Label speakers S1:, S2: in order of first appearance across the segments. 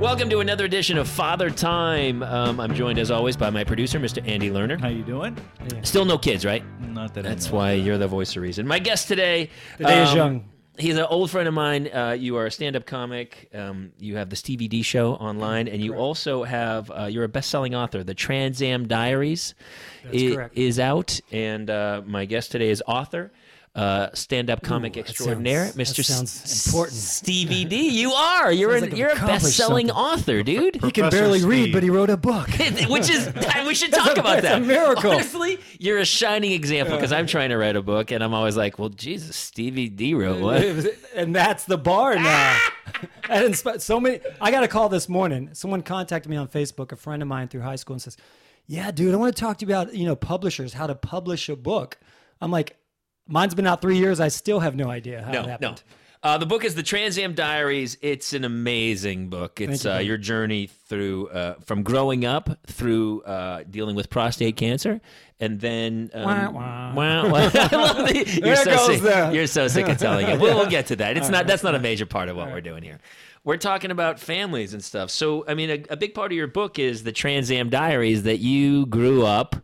S1: Welcome to another edition of Father Time. Um, I'm joined, as always, by my producer, Mr. Andy Lerner.
S2: How you doing?
S1: Still no kids, right?
S2: Not that.
S1: That's
S2: I know.
S1: why you're the voice of reason. My guest today. um,
S3: The day is young.
S1: He's an old friend of mine. Uh, you are a stand-up comic. Um, you have the Stevie D show online, and you also have uh, you're a best-selling author. The Trans Am Diaries
S3: That's
S1: i-
S3: correct.
S1: is out, and uh, my guest today is author, uh, stand-up comic
S3: that
S1: extraordinaire,
S3: sounds- that
S1: Mr. S-
S3: sounds important.
S1: Stevie D. You are. You're an,
S3: like I've
S1: you're a
S3: accomplished
S1: best-selling
S3: something.
S1: author, dude.
S3: He can
S2: Professor
S3: barely read,
S2: Steve.
S3: but he wrote a book.
S1: which is I- we should talk
S3: a-
S1: about
S3: it's a
S1: that.
S3: miracle.
S1: Honestly, you're a shining example because I'm trying to write a book and I'm always like, well, Jesus, Stevie D wrote what?
S3: and that's the bar now. that insp- so many. I got a call this morning. Someone contacted me on Facebook, a friend of mine through high school, and says, "Yeah, dude, I want to talk to you about you know publishers, how to publish a book." I'm like, "Mine's been out three years. I still have no idea how it
S1: No, no.
S3: happened."
S1: Uh, the book is the Trans Am Diaries. It's an amazing book. It's
S3: you,
S1: uh,
S3: thank
S1: your journey through uh, from growing up through uh, dealing with prostate cancer, and then um, wah,
S3: Wah,
S1: wah. I love the- you're
S3: There
S1: so
S3: goes
S1: sick.
S3: the-
S1: You're so sick of telling it. We'll, we'll get to that. It's not. That's not a major part of what we're doing here. We're talking about families and stuff. So, I mean, a, a big part of your book is the Trans Am Diaries that you grew up.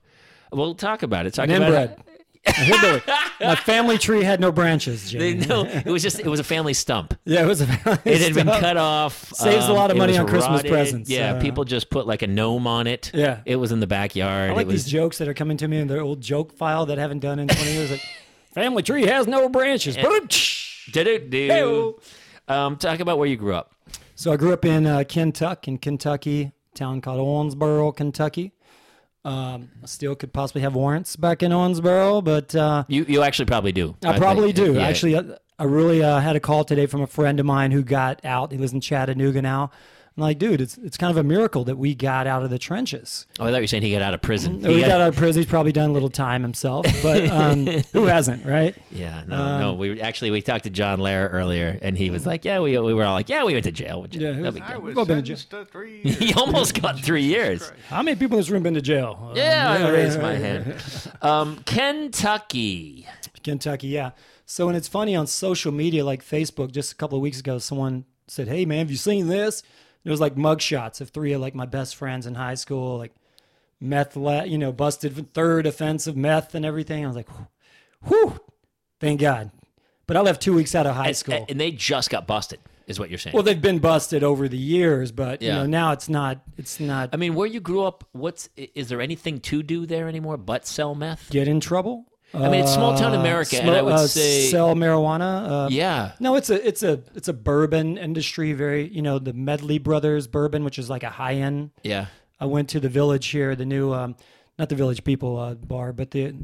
S1: We'll talk about it. Talk
S3: An
S1: about it.
S3: inbred. A hillbilly. My family tree had no branches.
S1: They-
S3: Jimmy.
S1: No, it was just it was a family stump.
S3: Yeah, it was. A family
S1: It had been
S3: stuff.
S1: cut off.
S3: uh,
S1: um,
S3: Saves a lot of
S1: it
S3: money
S1: was
S3: on Christmas presents,
S1: Yeah,
S3: uh,
S1: people just put like a gnome on it.
S3: Yeah.
S1: it was in the backyard.
S3: I like
S1: it was
S3: these jokes that are coming to me in their old joke file that I haven't done in 20 years. Like, family tree has no branches.
S1: Eh. do Um, talk about where you grew up.
S3: so I grew up in uh, Kentuck, in Kentucky, town called Owensboro, Kentucky. Um, I still could possibly have warrants back in Owensboro, but uh,
S1: You you actually probably do.
S3: I, probably
S1: think.
S3: do.
S1: Yeah.
S3: Actually, I, I really uh, had a call today from a friend of mine who got out. He lives in Chattanooga now. I'm like, dude, it's it's kind of a miracle that we got out of the trenches.
S1: Oh, I thought you were saying he got out of prison.
S3: We
S1: He
S3: got out of prison. He's probably done a little time himself, but um, who hasn't, right?
S1: Yeah, no, no.
S3: um,
S1: We actually we talked to John Lair earlier, and he was like, "Yeah, we, we were all like, yeah, we went to jail. Which,
S3: Yeah, who
S1: no
S3: was-
S1: big
S2: I
S1: deal.
S2: was
S3: Well, been
S2: sentenced to three years.
S1: he almost got three years."
S3: How many people in this room been to jail? Um,
S1: Yeah, I raised my hand. Um, Kentucky.
S3: Kentucky, yeah. So, and it's funny on social media, like Facebook, just a couple of weeks ago, someone said, Hey, man, have you seen this? It was like mugshots of three of like my best friends in high school, like meth, la- you know, busted for third offense of meth and everything. I was like, Whew, whew, thank God. But I left two weeks out of high
S1: And-
S3: school.
S1: and they just got busted, is what you're saying.
S3: well, they've been busted over the years, but
S1: Yeah.
S3: you know, now it's not, it's not
S1: I mean, where you grew up, what's i- is there anything to do there anymore but sell meth?
S3: get in trouble. I
S1: mean, it's small town America, and I would say-
S3: sell marijuana. Uh,
S1: Yeah.
S3: No, it's a it's a it's a bourbon industry. Very you know the Medley Brothers bourbon, which is like a high end.
S1: Yeah.
S3: I went to the Village here, the new um, not the Village People uh, bar, but the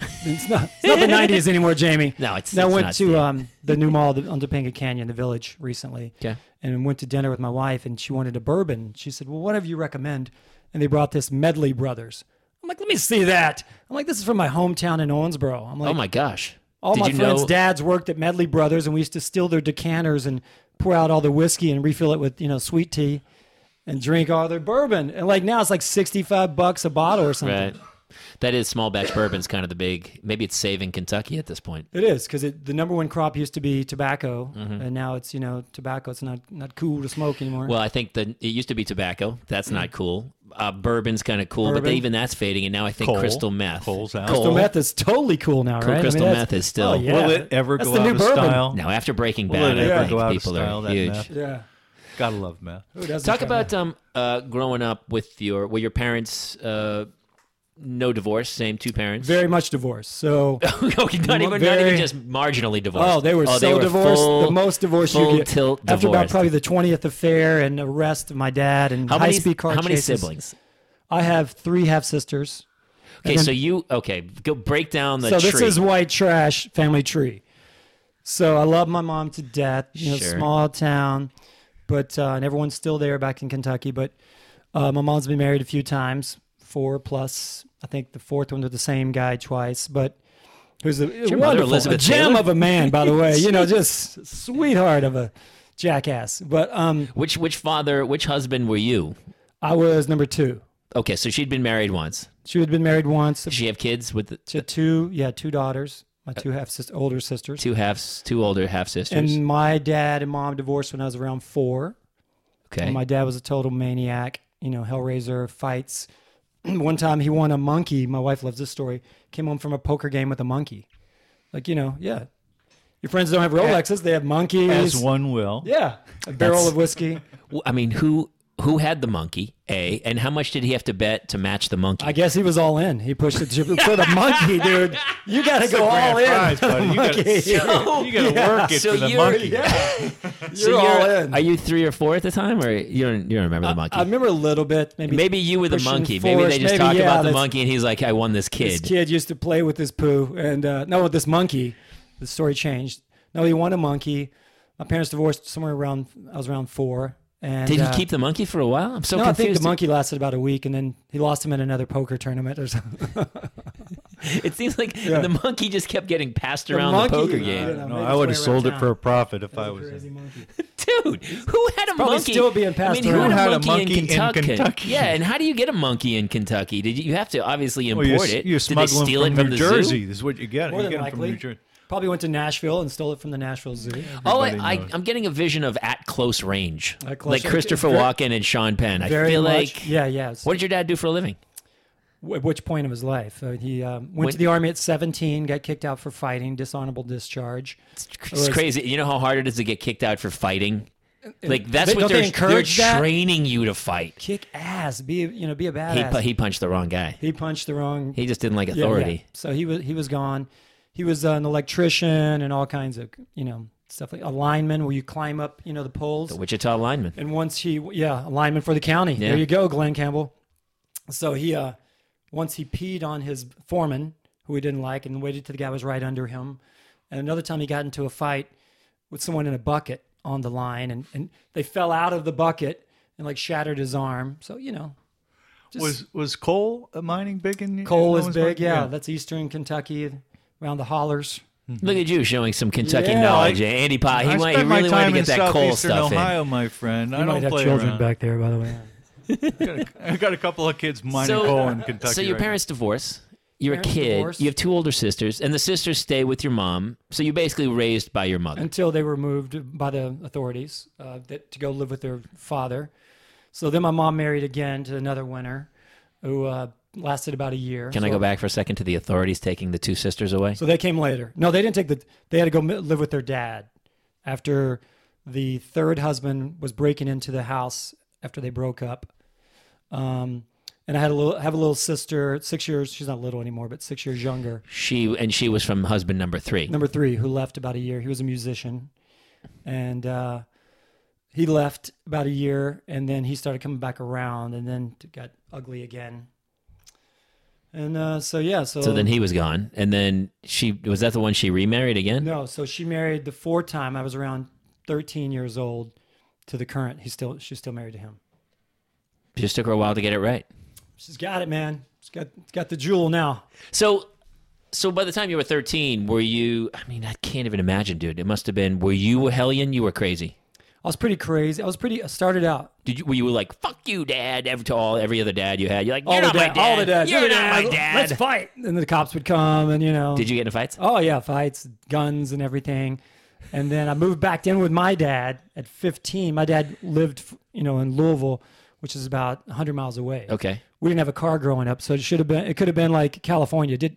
S3: it's not it's not the nineties anymore, Jamie.
S1: No, it's-
S3: And I
S1: it's
S3: went
S1: not, Steve.
S3: to um, the new mall the- on Topanga Canyon, the Village, recently.
S1: Okay.
S3: and went to dinner with my wife, and she wanted a bourbon. She said, "Well, whatever you recommend," and they brought this Medley Brothers. I'm like, let me see that. I'm like, this is from my hometown in Owensboro. I'm like,
S1: Oh my gosh.
S3: all
S1: Did
S3: my
S1: you
S3: friends'
S1: know?
S3: dads worked at Medley Brothers, and we used to steal their decanters and pour out all the whiskey and refill it with you know sweet tea, and drink all their bourbon. And like now, it's like sixty-five bucks a bottle or something.
S1: Right. That is small batch bourbon's kind of the big. Maybe it's saving Kentucky at this point.
S3: It is because the number one crop used to be tobacco, and now it's you know tobacco. It's not not cool to smoke anymore.
S1: Mm-hmm. Well, I think that it used to be tobacco. That's not cool. Uh, bourbon's kind of cool, but
S3: Bourbon.
S1: even that's fading. And now I think
S2: Coal.
S1: crystal meth.
S2: Coal's out.
S3: crystal meth is totally cool now, right? I mean,
S1: crystal
S3: that's-
S1: meth is still.
S3: Oh, yeah.
S2: Will it ever
S3: That's
S2: go
S3: the
S2: out
S3: new
S2: of
S3: bourbon.
S2: style?
S1: Now after Breaking
S2: Will
S1: Bad,
S2: it ever
S1: I
S2: go out
S1: think
S2: of
S1: people
S2: style?
S1: are
S2: That
S1: huge.
S2: meth.
S3: Yeah.
S2: Gotta love meth.
S3: Who doesn't
S1: Talk
S3: try
S1: about um, uh, growing up with your were your parents uh, no divorce, same two parents.
S3: that? very much divorced. So
S1: okay, not even not even
S3: Very-
S1: just marginally divorced.
S3: Oh, they were so divorced. the most divorced
S1: full
S3: you get.
S1: tilt
S3: After about
S1: divorced.
S3: probably the 20th affair and arrest of my dad and
S1: how
S3: high
S1: many
S3: speed car
S1: how many
S3: chases.
S1: siblings?
S3: I have three half sisters.
S1: Okay,
S3: then-
S1: so you okay? Go break down the
S3: So
S1: tree.
S3: this is white trash family tree. So I love my mom to death. You know,
S1: Sure.
S3: small town, but uh, and everyone's still there back in Kentucky. But uh, my mom's been married a few times, four plus. I think the fourth one to the same guy twice, but. Who's a
S1: your
S3: wonderful,
S1: mother
S3: a
S1: Elizabeth
S3: gem
S1: Taylor?
S3: of a man, by the way. You know, just sweetheart of a jackass. But um,
S1: which which father which husband were you?
S3: I was number two.
S1: Okay, so she'd been married once.
S3: She had been married once
S1: Did she have kids with the,
S3: to two, yeah, two daughters, my two half sister, older sisters,
S1: two halves, two older half sisters?
S3: and my dad and mom divorced when I was around four.
S1: Okay.
S3: My dad was a total maniac, you know, Hellraiser fights. One time he won a monkey. My wife loves this story. Came home from a poker game with a monkey. Like, you know, yeah. Your friends don't have Rolexes, they have monkeys.
S2: As one will.
S3: Yeah. A barrel of whiskey.
S1: W- I mean, who who had the monkey? A and how much did he have to bet to match the monkey?
S3: I guess he was all in. He pushed it to, for the monkey, dude. You got to go all
S2: Grand
S3: in.
S2: prize,
S3: for the
S2: buddy. You gotta,
S3: monkey.
S2: you gotta work it
S1: So
S2: for the
S1: you're-
S2: monkey.
S1: So
S3: you're all in.
S1: Are you three or four at the time, or you don't you don't remember the monkey?
S3: I remember a little bit. Maybe
S1: Maybe you were the
S3: pushing
S1: monkey.
S3: fours.
S1: maybe they just
S3: Maybe,
S1: talked
S3: yeah,
S1: about the
S3: that's-
S1: monkey, and he's like, "I won this kid."
S3: This kid used to play with his poo, and uh, no, with this monkey. The story changed. No, he won a monkey. My parents divorced somewhere around. I was around four. And
S1: Did
S3: uh,
S1: he keep the monkey for a while? I'm so
S3: No, I
S1: confused.
S3: think the monkey lasted about a week, and then he lost him in another poker tournament or something.
S1: It seems like
S3: Yeah.
S1: the monkey just kept getting passed around the,
S3: monkey,
S1: poker
S3: uh,
S1: game.
S3: Yeah,
S2: No,
S3: maybe
S2: I would have
S3: it's way around
S2: sold it for a profit if I was.
S3: Crazy
S2: in-
S3: monkey.
S1: Dude, who had a
S3: probably
S1: monkey?
S3: still being passed
S1: I mean, who
S3: around.
S1: had a monkey, in, Kentucky?
S2: Kentucky?
S1: Yeah, and how do you get a monkey in Kentucky? Did you, you have to obviously
S2: Well,
S1: import
S2: you're,
S1: it?
S2: you're
S1: Did they
S2: smuggling
S1: steal
S2: from,
S1: it from
S2: New
S1: the
S2: Jersey.
S1: zoo?
S2: This is what you get.
S3: More
S2: you
S3: than
S2: get it from
S3: likely.
S2: New Jersey.
S3: Probably went to Nashville and stole it from the Nashville Zoo.
S1: Oh, I, I,
S2: Everybody knows.
S1: I'm getting a vision of at close range,
S3: At close
S1: like
S3: range.
S1: Christopher
S3: Very-
S1: Walken and Sean Penn. I
S3: Very
S1: feel
S3: much.
S1: like.
S3: yeah, yeah. It's-
S1: What did your dad do for a living?
S3: at which point of his life. Uh, he um, went
S1: When-
S3: to the army at 17, got kicked out for fighting, dishonorable discharge.
S1: It's,
S3: it's-
S1: crazy. You know how hard it is to get kicked out for fighting.
S2: Uh,
S1: Like that's
S3: They-
S1: what
S3: don't they
S1: they're, they're
S3: encourage that?
S1: training you to fight.
S3: Kick ass, be a- you know, be a
S1: He,
S3: badass.
S1: pu- he punched the wrong guy.
S3: He punched the wrong
S1: He just didn't like
S3: yeah, yeah.
S1: authority.
S3: So he was he was gone. He was uh, an electrician and all kinds of you know stuff like a lineman where you climb up you know the poles.
S1: The Wichita lineman.
S3: And once he, yeah, a lineman for the county.
S1: Yeah.
S3: There you go, Glenn Campbell. So he, uh, once he peed on his foreman, who he didn't like, and waited till the guy was right under him. And another time he got into a fight with someone in a bucket on the line, and, and they fell out of the bucket and like shattered his arm. So, you know, just
S2: Was was coal mining big in
S3: coal
S2: in
S3: is
S2: Owens
S3: big.
S2: Market?
S3: Yeah, that's Eastern Kentucky around the hollers.
S1: Look at you showing some Kentucky
S3: Yeah,
S1: knowledge, Andy Pie. He,
S2: I
S1: went, he
S2: spent my
S1: really wanted to
S2: time
S1: get
S2: in
S1: that coal
S2: southeastern
S1: stuff
S2: Ohio, my friend. I
S3: You
S2: don't
S3: might have
S2: play
S3: children
S2: around.
S3: back there, by the way.
S2: I got a couple of kids
S1: in.
S2: mining coal in Kentucky.
S1: so your
S2: right now.
S1: parents divorce. You're
S3: Parents
S1: a kid.
S3: divorce.
S1: You have two older sisters, and the sisters stay with your mom. So you're basically raised by your mother.
S3: until they were moved by the authorities uh, that, to go live with their father. So then my mom married again to another winner who uh, lasted about a year.
S1: Can I
S3: So-
S1: go back for a second to the authorities taking the two sisters away?
S3: So they came later. No, they didn't take the, they had to go mi- live with their dad after the third husband was breaking into the house after they broke up. Um, and I had a little, have a little sister, six years, she's not little anymore, but six years younger.
S1: She and she was from husband number three.
S3: number three who left about a year he was a musician and uh, he left about a year and then he started coming back around and then it got ugly again and uh, so yeah so,
S1: So then he was gone, and then she was that the one she remarried again.
S3: no so she married the fourth time i was around 13 years old to the current he's still she's still married to him
S1: It just took her a while to get it right.
S3: she's got it man she's got got the jewel now
S1: So, so by the time you were thirteen, were you? I mean, I can't even imagine, dude. It must have been. Were you a hellion? You were crazy.
S3: i was pretty crazy i was pretty i started out
S1: Did you? Were you like fuck you, dad? Every to all every other dad you had, you're like you're
S3: all
S1: not
S3: the
S1: my
S3: dad,
S1: dad.
S3: all the dads
S1: You're
S3: "You're the
S1: not my
S3: dad,
S1: dad.
S3: let's fight and the cops would come and you know
S1: Did you get into fights?
S3: Oh yeah, fights, guns, and everything. And then I moved back in with my dad at 15. My dad lived, you know, in Louisville, which is about 100 miles away.
S1: Okay,
S3: We didn't have a car growing up, so it should have been. It could have been like California. Did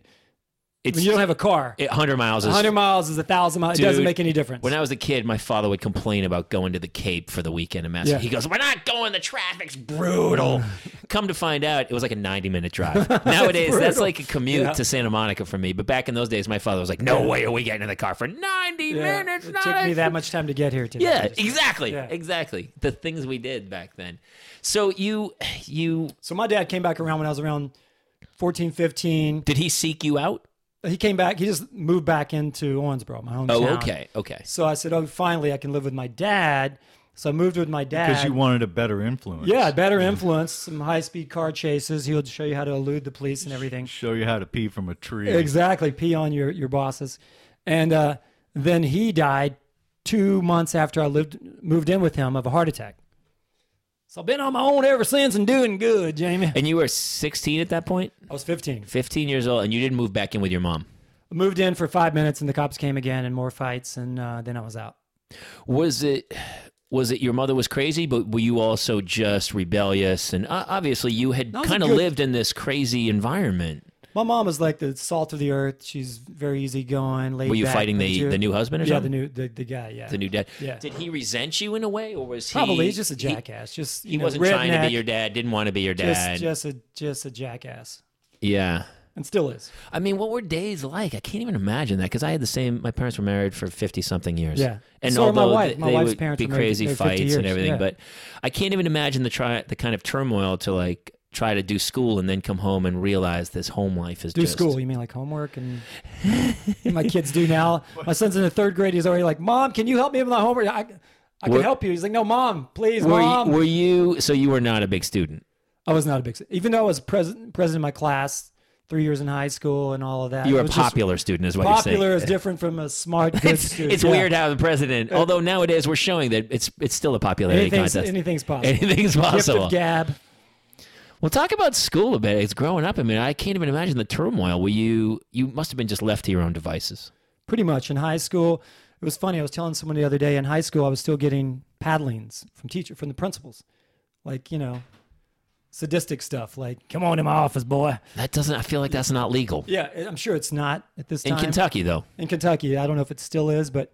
S1: it's
S3: when you don't have a car,
S1: it, hundred miles. Is,
S3: 100 miles is a thousand miles. It doesn't
S1: Dude,
S3: make any difference.
S1: When I was a kid, my father would complain about going to the Cape for the weekend in Massachusetts.
S3: Yeah.
S1: He goes, "We're not going. The traffic's brutal." Come to find out, it was like a ninety-minute drive. Nowadays, that's
S3: brutal.
S1: like a commute
S3: Yeah.
S1: to Santa Monica for me. But back in those days, my father was like, "No way are we getting in the car for ninety
S3: Yeah,
S1: minutes."
S3: it
S1: not
S3: took
S1: a
S3: me that much time to get here today.
S1: Yeah,
S3: Just-
S1: exactly,
S3: Yeah.
S1: exactly. The things we did back then. So you, you
S3: So my dad came back around when I was around 14, 15.
S1: did he seek you out?
S3: He came back. He just moved back into Owensboro, my hometown.
S1: Oh, okay, okay.
S3: So I said, "Oh, finally, I can live with my dad." So I moved with my dad
S2: because you wanted a better influence.
S3: Yeah, better influence, some high speed car chases. He'll show you how to elude the police and everything.
S2: show you how to pee from a tree.
S3: Exactly. Pee on your, your bosses. And uh, then he died two months after I lived moved in with him of a heart attack. So I've been on my own ever since and doing good, Jamie.
S1: And you were sixteen at that point,
S3: I was 15.
S1: fifteen years old, and you didn't move back in with your mom.
S3: I moved in for five minutes and the cops came again and more fights and uh, then I was out.
S1: Was it was it your mother was crazy, but were you also just rebellious? And uh, obviously, you had
S3: was a
S1: kind of
S3: good-
S1: lived in this crazy environment.
S3: My mom is like the salt of the earth. She's very easygoing. Laid
S1: Were you
S3: back,
S1: fighting the
S3: mature.
S1: the new husband or
S3: Yeah, the
S1: something?
S3: new the, the guy. Yeah,
S1: The new dad.
S3: Yeah.
S1: Did he resent you in a way, or was he
S3: probably he's just a
S1: he-
S3: jackass. just
S1: He, wasn't trying to be your dad. Didn't want to be your dad.
S3: Just, just a just a jackass,
S1: yeah.
S3: and still is.
S1: I mean, what were days like? I can't even imagine that because I had the same. My parents were married for fifty something years.
S3: Yeah.
S1: and
S3: So were my
S1: although
S3: wife.
S1: th-
S3: My
S1: they
S3: wife's
S1: would
S3: parents
S1: be
S3: were married
S1: crazy
S3: for 50
S1: fights and
S3: years,
S1: everything,
S3: yeah.
S1: but I can't even imagine the try the kind of turmoil to like try to do school and then come home and realize this home life is
S3: Do
S1: just
S3: school? You mean like homework and my kids do now? My son's in the third grade. He's already like, "Mom, can you help me with my homework? I, I can
S1: Were-
S3: help you." He's like, "No, mom, please,
S1: Were you,
S3: mom."
S1: were you? So you were not a big student.
S3: I was not a big, even though I was president president of my class three years in high school and all of that.
S1: You were a
S3: it was just-
S1: popular student, is what
S3: Popular
S1: you're
S3: is
S1: saying.
S3: different from a smart good
S1: It's,
S3: student.
S1: it's
S3: yeah. Uh,
S1: weird how the president, although nowadays we're showing that it's it's still a popularity
S3: Anything's,
S1: contest.
S3: anything's possible.
S1: Anything's
S3: Gift
S1: possible.
S3: of gab.
S1: Well, talk about school a bit. It's growing up. I mean, I can't even imagine the turmoil. Were you? You must have been just left to your own devices.
S3: pretty much in high school. It was funny. I was telling someone the other day in high school, I was still getting paddlings from teacher from the principals, like you know, sadistic stuff. Like, come on to my office, boy.
S1: That doesn't. I feel like that's not legal
S3: Yeah, I'm sure it's not at this
S1: in
S3: time
S1: Kentucky, though.
S3: in Kentucky. I don't know if it still is, but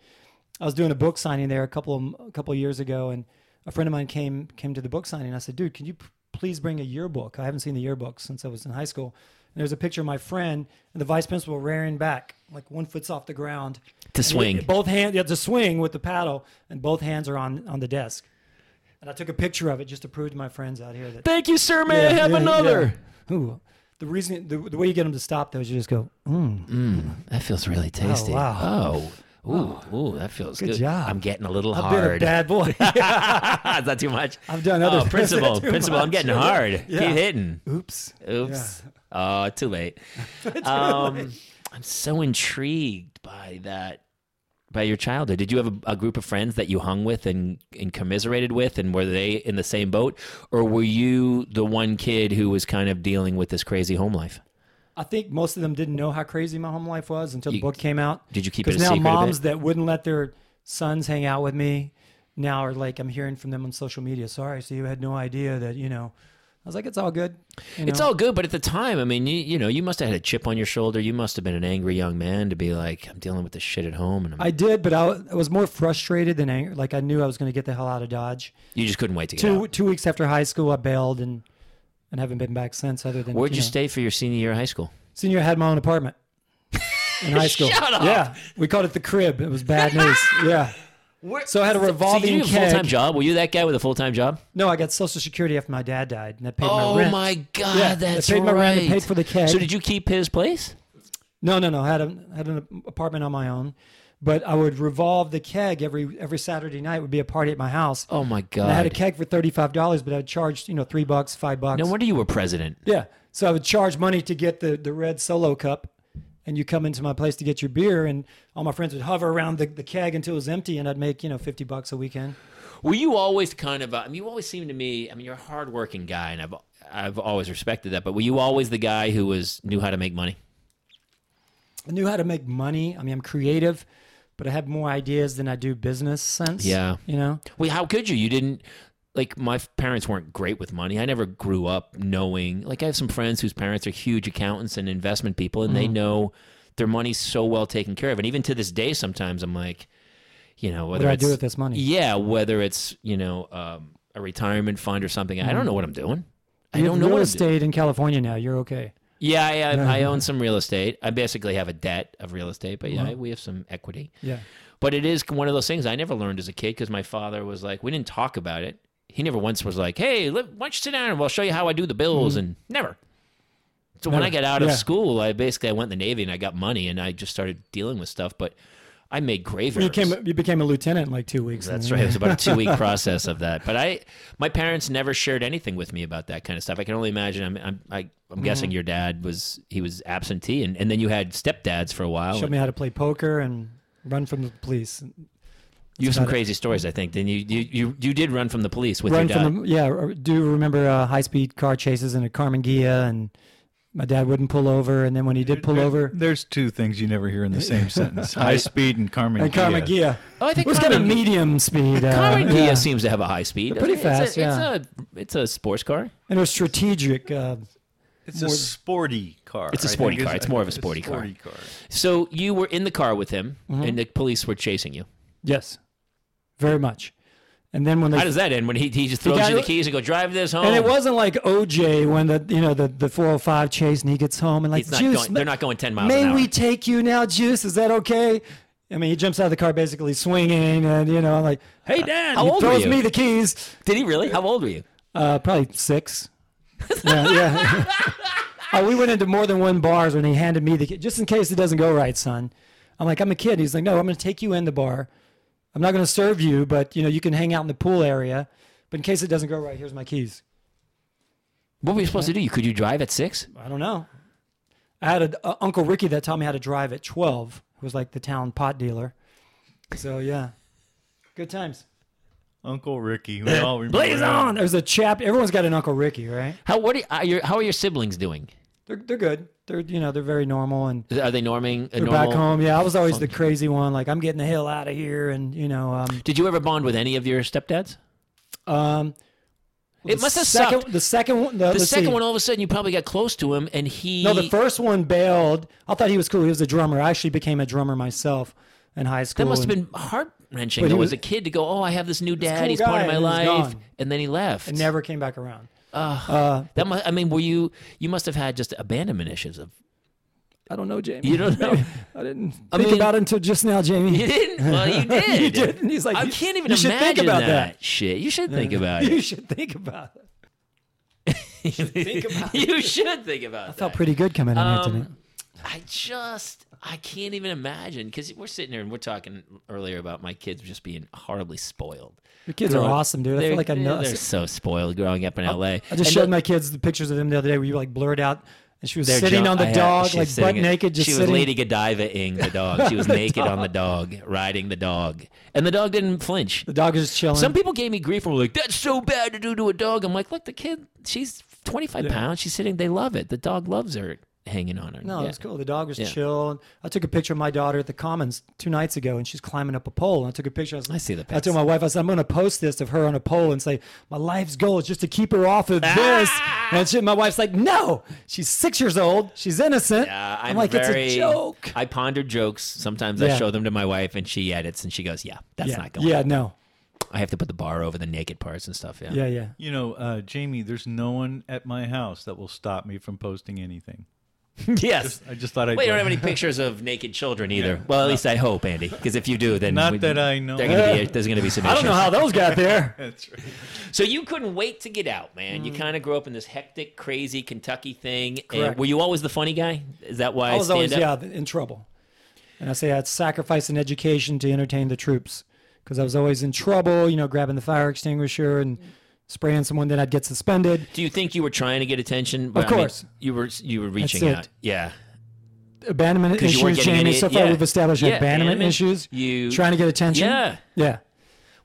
S3: I was doing a book signing there a couple of, a couple of years ago, and a friend of mine came came to the book signing. I said, "Dude, can you p- please bring a yearbook? I haven't seen the yearbook since I was in high school." And there's a picture of my friend and the vice principal rearing back, like one foot's off the ground
S1: To
S3: And he-
S1: swing.
S3: both hands, yeah, to swing with the paddle, and both hands are on on the desk. And I took a picture of it just to prove to my friends out here that
S1: Thank you, sir. May I
S3: Yeah,
S1: have
S3: yeah,
S1: another?
S3: yeah. Ooh. The reason, the, the way you get them to stop though is you just go, mm,
S1: That feels really tasty.
S3: Oh, wow.
S1: Oh, ooh, ooh, that feels good.
S3: job.
S1: I'm getting a little
S3: I've been a
S1: hard.
S3: bad boy.
S1: Is that too much?
S3: I've done other
S1: Oh,
S3: things
S1: principal,
S3: too
S1: principal, I'm
S3: much.
S1: getting hard.
S3: Yeah.
S1: Keep hitting.
S3: Oops.
S1: Oops. Oh, too late. um, I'm so intrigued by that, by your childhood. Did you have a, a group of friends that you hung with and, and commiserated with, and were they in the same boat, or were you the one kid who was kind of dealing with this crazy home life?
S3: I think most of them didn't know how crazy my home life was until the
S1: You-
S3: book came out.
S1: did you keep it
S3: Because
S1: a
S3: now
S1: secret a
S3: moms that wouldn't let their sons hang out with me now are like, I'm hearing from them on social media. Sorry, so you had no idea that you know. I was like, it's all good. you
S1: It's
S3: know?
S1: all good, but at the time, I mean, you you know, you must have had a chip on your shoulder. You must have been an angry young man to be like, I'm dealing with this shit at home, and I'm,
S3: I did, but I, wa- I was more frustrated than angry. Like I knew I was going to get the hell out of Dodge.
S1: you just couldn't wait to get
S3: Two
S1: out.
S3: two weeks after high school, I bailed and and haven't been back since. Other than
S1: Where'd you
S3: know.
S1: stay for your senior year of high school?
S3: Senior, I had my own apartment in high school.
S1: Shut up.
S3: Yeah, we called it the crib. It was bad news. yeah. So I had a
S1: So you
S3: revolving
S1: have a full time
S3: keg.
S1: job. Were you that guy with a full time job?
S3: No, I got Social Security after my dad died, and that paid
S1: Oh
S3: my rent.
S1: my god,
S3: Yeah, they
S1: that's
S3: paid
S1: right.
S3: my rent, they paid for the keg.
S1: So did you keep his place?
S3: No, no, no. I had a, had an apartment on my own, but I would revolve the keg every every Saturday night. Would be a party at my house.
S1: Oh my
S3: And I had a
S1: god.
S3: keg for thirty five dollars, but I charged you know three bucks, five bucks.
S1: No wonder you were president.
S3: Yeah. So I would charge money to get the, the red solo cup and you come into my place to get your beer and all my friends would hover around the, the keg until it was empty and I'd make, you know, 50 bucks a weekend.
S1: Were you always kind of? uh, I mean, you always seemed to me. I mean, you're a hardworking guy, and I've I've always respected that. But were you always the guy who was knew how to make money?
S3: I knew how to make money. I mean, I'm creative, but I have more ideas than I do business sense.
S1: Yeah.
S3: You know?
S1: Well, how could you? You didn't. Like my f- parents weren't great with money. I never grew up knowing. Like I have some friends whose parents are huge accountants and investment people, and
S3: Mm-hmm.
S1: they know their money's so well taken care of. And even to this day, sometimes I'm like, you know,
S3: What
S1: whether
S3: do I
S1: it's-
S3: do with this money?
S1: Yeah, whether it's you know um, a retirement fund or something, I don't know what I'm doing. I
S3: You
S1: don't
S3: have
S1: know
S3: real
S1: what I'm doing.
S3: estate in California now. You're okay.
S1: Yeah, I, I, I own some real estate. I basically have a debt of real estate, but yeah, we have some equity.
S3: Yeah.
S1: But it is one of those things I never learned as a kid because my father was like, we didn't talk about it. He never once was like, hey, let, why don't you sit down and we'll show you how I do the bills, and never. So when I
S3: Mm.
S1: got
S3: Never.
S1: out of
S3: Yeah.
S1: school, I basically I went in the Navy and I got money and I just started dealing with stuff. But I made grave
S3: You
S1: errors.
S3: came. You became a lieutenant in like two weeks.
S1: That's right. It was about a two week process of that. But I, my parents never shared anything with me about that kind of stuff. I can only imagine. I'm, I'm, I, I'm
S3: Mm-hmm.
S1: guessing your dad was he was absentee, and, and then you had stepdads for a while.
S3: Showed
S1: and
S3: me how to play poker and run from the police.
S1: you have some
S3: about it.
S1: crazy stories, I think. Then you, you, you, you did run from the police with
S3: run
S1: your dad.
S3: from the yeah. I Do remember uh, high speed car chases in a Carmen Ghia and My dad wouldn't pull over, and then when he did pull over,
S2: There's two things you never hear in the same sentence: high speed and Carmen.
S3: and Karma
S2: Ghia.
S3: Gia.
S1: Oh, I think
S3: Let's get a
S1: Karma Ghia-
S3: medium speed. Uh,
S1: Car Gia
S3: yeah.
S1: seems to have a high speed.
S3: They're pretty
S1: It's a-
S3: fast, yeah.
S1: It's a, it's a sports car.
S3: And a strategic. Uh,
S2: It's a sporty car.
S1: It's a
S2: I
S1: sporty
S2: think
S1: car. It's more of a sporty car. So you were in the car with him,
S3: Mm-hmm.
S1: and the police were chasing you.
S3: yes, very much. And then when they
S1: How does that end? When he, he just throws
S3: guy-
S1: you the keys and go drive this home.
S3: And it wasn't like OJ when the you know the, the 405 chase and he gets home and like
S1: It's not
S3: Juice.
S1: going, they're not going ten miles
S3: may
S1: an hour.
S3: we take you now, Juice? Is that okay? I mean, he jumps out of the car basically swinging, and you know, I'm like, hey, Dad.
S1: How
S3: he
S1: old were
S3: throws
S1: you?
S3: me the keys.
S1: Did he really? How old were you?
S3: Uh, probably six. yeah, yeah. oh, we went into more than one bars when he handed me the key, just in case it doesn't go right, son. I'm like, I'm a kid. He's like, no, I'm going to take you in the bar. I'm not going to serve you, but you know, you can hang out in the pool area. But in case it doesn't go right, here's my keys.
S1: What were you supposed to do? You Could you drive at six?
S3: I don't know. I had a, uh, Uncle Ricky that taught me how to drive at 12, who was like the town pot dealer. So, yeah. Good times.
S2: Uncle Ricky. We all remember
S1: Blaze
S2: him.
S1: on!
S3: There's a chap. Everyone's got an Uncle Ricky, right?
S1: How what are, are your How are your siblings doing?
S3: They're, they're good. They're, you know, they're very normal and
S1: Are they norming?
S3: they're back home. Yeah, I was always the crazy one. Like, I'm getting the hell out of here. And, you know, um,
S1: Did you ever bond with any of your stepdads?
S3: um,
S1: It must have
S3: second,
S1: sucked.
S3: The second one, the,
S1: The second one, all of a sudden, you probably got close to him, and he.
S3: No, the first one bailed. I thought he was cool. He was a drummer. I actually became a drummer myself in high school.
S1: That must have
S3: and
S1: been heart wrenching.
S3: But he
S1: Though,
S3: was-
S1: as a kid, to go, oh, I have this new dad.
S3: cool
S1: he's part of my
S3: guy," and then he's
S1: life,
S3: gone.
S1: and then he left.
S3: never came back around.
S1: That mu I mean, were you? You must have had just abandonment issues. Of
S3: I don't know, Jamie.
S1: you don't know.
S3: I didn't think
S1: mean-
S3: about it until just now, Jamie.
S1: You didn't. Well, you did.
S3: You didn't. He's like,
S1: I
S3: you-
S1: can't even
S3: you should
S1: imagine
S3: think about that.
S1: shit. You should think about
S3: you
S1: it.
S3: should think about it.
S1: think about you should think about. I
S3: Felt pretty good coming in here tonight.
S1: Um, I just I can't even imagine because we're sitting here and we're talking earlier about my kids just being horribly spoiled.
S3: The kids are
S1: Growing-
S3: awesome, dude. I
S1: They're-
S3: feel like I know.
S1: They're so spoiled growing up in LA.
S3: I just showed my kids the pictures of them the other day where you like blurred out and she was sitting on the dog, like butt naked, just
S1: she
S3: sitting.
S1: was Lady Godiva-ing the dog. She was naked on the dog, riding the dog, and the dog didn't flinch.
S3: The dog is just chilling.
S1: Some people gave me grief and were like, "That's so bad to do to a dog." I'm like, "Look, the kid, she's 25 pounds. She's sitting. They love it. The dog loves her hanging on her."
S3: no, it
S1: Yeah.
S3: was cool. The dog was
S1: Yeah.
S3: chill. And I took a picture of my daughter at the Commons two nights ago, and she's climbing up a pole. And I took a picture. I, was like,
S1: I see the
S3: I told my wife, I said, I'm going to post this of her on a pole and say, my life's goal is just to keep her off of this. And she, my wife's like, no, she's six years old. She's innocent.
S1: Yeah, Uh, I'm,
S3: I'm like,
S1: very,
S3: it's a joke.
S1: I ponder jokes. Sometimes I
S3: Yeah.
S1: show them to my wife, and she edits, and she goes, "Yeah, that's
S3: yeah.
S1: not going."
S3: Yeah, no.
S1: I have to put the bar over the naked parts and stuff. Yeah.
S3: Yeah, yeah.
S2: You know, uh, Jamie, there's no one at my house that will stop me from posting anything.
S1: yes.
S2: I just thought I'd.
S1: Well, you don't have any pictures of naked children either. Well, at least I hope, Andy, because if you do, then
S2: Not
S1: we-
S2: that I know.
S1: they're gonna be- there's going to be some.
S3: I don't know
S1: issues.
S3: how those got there.
S2: That's right.
S1: So you couldn't wait to get out, man.
S3: Mm.
S1: You kind of grew up in this hectic, crazy Kentucky thing. And
S3: Correct.
S1: were you always the funny guy? Is that why
S3: I was
S1: stand
S3: always
S1: up?
S3: yeah in trouble, and I say I'd sacrifice an education to entertain the troops because I was always in trouble. You know, grabbing the fire extinguisher and spraying someone, then I'd get suspended.
S1: Do you think you were trying to get attention? But, I
S3: course.
S1: mean, you were you were reaching
S3: it.
S1: out. Yeah.
S3: Abandonment
S1: 'Cause you weren't
S3: issues,
S1: getting
S3: Jamie.
S1: any-
S3: so far,
S1: yeah.
S3: we've established
S1: Yeah,
S3: abandonment
S1: abandonment.
S3: issues.
S1: You-
S3: trying to get attention?
S1: Yeah.
S3: yeah.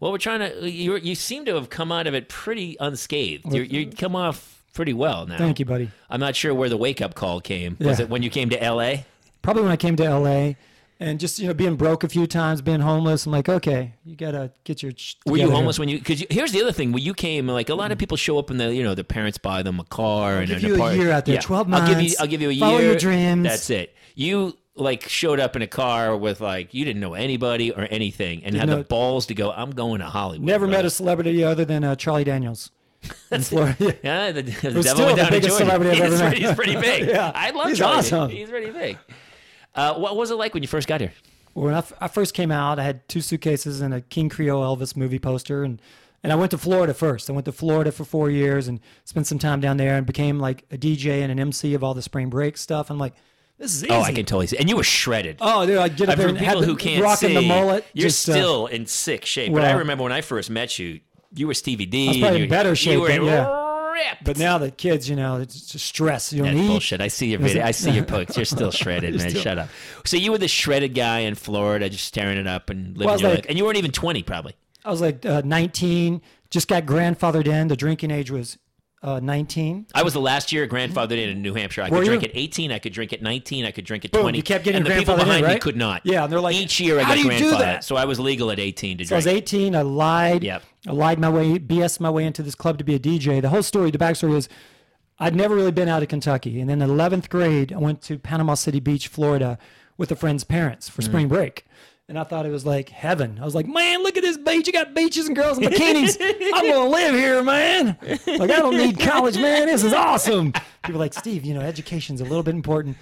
S1: Well, we're trying to. You you seem to have come out of it pretty unscathed. You you come off pretty well now.
S3: Thank you, buddy.
S1: I'm not sure where the wake up call came. Was
S3: Yeah.
S1: it when you came to L.A.?
S3: Probably when I came to L.A. and just you know being broke a few times, being homeless. I'm like, okay, you gotta get your. sh-
S1: Were you
S3: together. Mm.
S1: homeless when you? Because here's the other thing: when you came, like a lot of people show up and the you know their parents buy them a car and
S3: give
S1: an
S3: you a
S1: apartment.
S3: year out there, 12
S1: I'll give you.
S3: months.
S1: I'll give you a
S3: Follow
S1: year.
S3: your dreams.
S1: That's it. You like showed up in a car with like you didn't know anybody or anything and had the
S3: know-
S1: balls to go. I'm going to Hollywood.
S3: Never met
S1: brother."
S3: a celebrity other than uh, Charlie Daniels. in Florida.
S1: Yeah, the, the devil
S3: still
S1: went
S3: the
S1: down to
S3: biggest
S1: Jordan.
S3: celebrity I've
S1: he's,
S3: ever met.
S1: pretty, he's pretty big.
S3: Yeah.
S1: I love
S3: He's
S1: Charlie.
S3: awesome.
S1: He's pretty big. Uh, what was it like when you first got here?
S3: When I, f- I first came out, I had two suitcases and a King Creole Elvis movie poster, and and I went to Florida first. I went to Florida for four years and spent some time down there, and became like a DJ and an MC of all the spring break stuff. I'm like, this is easy.
S1: Oh, I can totally see. And you were shredded.
S3: Oh, dude, I get up
S1: And for
S3: there and had
S1: people
S3: the,
S1: who can't
S3: rocking
S1: see,
S3: the mullet.
S1: you're
S3: just, uh,
S1: still in sick shape. but I
S3: well-
S1: remember when I first met you, you were Stevie D.
S3: was probably
S1: and
S3: in
S1: you,
S3: better
S1: You
S3: shape,
S1: were
S3: but
S1: ripped.
S3: but now the kids, you know, it's just stress. You don't
S1: That's
S3: eat.
S1: bullshit. I see your video. I see your posts. You're still shredded, man. Shut up. So you were the shredded guy in Florida, just tearing it up and living
S3: Well, I was
S1: your
S3: like-
S1: life. And you weren't even 20, probably.
S3: I was like uh, 19, just got grandfathered in. The drinking age was uh, 19.
S1: I was the last year grandfathered in in New Hampshire. I
S3: Were
S1: could
S3: you?
S1: drink at 18, I could drink at 19, I could drink at
S3: Boom,
S1: 20.
S3: you kept getting
S1: and the people
S3: grandfathered in,
S1: behind me
S3: right?
S1: could not.
S3: Yeah, and they're like,
S1: each year I got
S3: "How do you do
S1: grandfathered,
S3: that?"
S1: so I was legal at 18 to
S3: So I
S1: drink.
S3: was 18. I lied.
S1: Yep.
S3: I lied my way, BS my way into this club to be a DJ. The whole story, the backstory is I'd never really been out of Kentucky. And then in 11th grade, I went to Panama City Beach, Florida with a friend's parents
S1: Mm.
S3: for spring break. And I thought it was like heaven. I was like, man, look at this beach. You got beaches and girls in bikinis. I'm going to live here, man. Like, I don't need college, man. This is awesome. People are like, Steve, you know, education's a little bit important.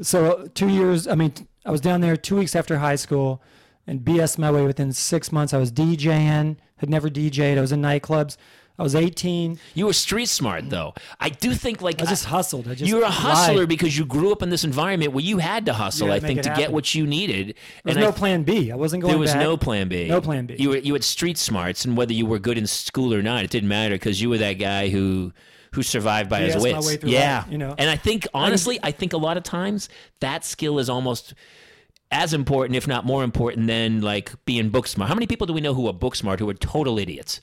S3: So, two years, I mean, I was down there two weeks after high school and BS my way within six months. I was DJing, had never DJed. I was in nightclubs. I was 18.
S1: you were street smart, though. I do think, like,
S3: I just hustled. I just
S1: you're a
S3: lied.
S1: hustler because you grew up in this environment where you had to hustle,
S3: Yeah,
S1: I
S3: make
S1: think,
S3: it
S1: to get
S3: happen.
S1: what you needed.
S3: There was
S1: and I
S3: no plan B. I wasn't going.
S1: There was
S3: back.
S1: no plan B.
S3: No plan B.
S1: You were you had street smarts, and whether you were good in school or not, it didn't matter because you were that guy who who survived by his
S3: Yes, my
S1: wits.
S3: way through
S1: yeah,
S3: life, you know?
S1: And I think honestly, I think a lot of times that skill is almost as important, if not more important, than like being book smart. How many people do we know who are book smart who are total idiots,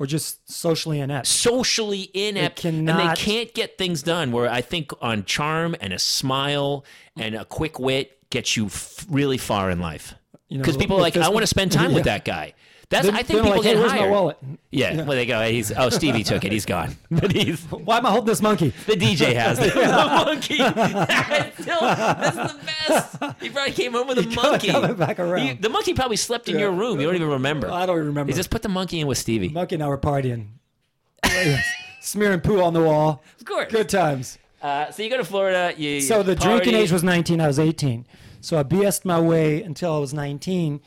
S3: Or just socially inept.
S1: socially inept, and they
S3: cannot-
S1: can't get things done? Where I think on charm and a smile and a quick wit gets you f- really far in life.
S3: You know,
S1: Because people are
S3: with
S1: like,
S3: this
S1: I want
S3: one-
S1: to spend time with
S3: Yeah.
S1: that guy. That's
S3: Then-
S1: I think
S3: then
S1: people
S3: like,
S1: get
S3: hey, where's
S1: hired.
S3: my wallet?
S1: Yeah, well they go. He's oh Stevie took it. He's gone. But he's
S3: Why am I holding this monkey?
S1: the DJ has it. the monkey. That's still- that's the best. He probably came home with a monkey.
S3: coming back around.
S1: He- the monkey probably slept in your room. You don't even remember.
S3: I don't even remember.
S1: He just put the monkey in with Stevie.
S3: monkey and I were partying, Yes. smearing poo on the wall.
S1: Of course.
S3: Good times.
S1: Uh, so you go to Florida. You
S3: So the
S1: party.
S3: drinking age was 19. I was 18. So I BS'd my way until I was 19,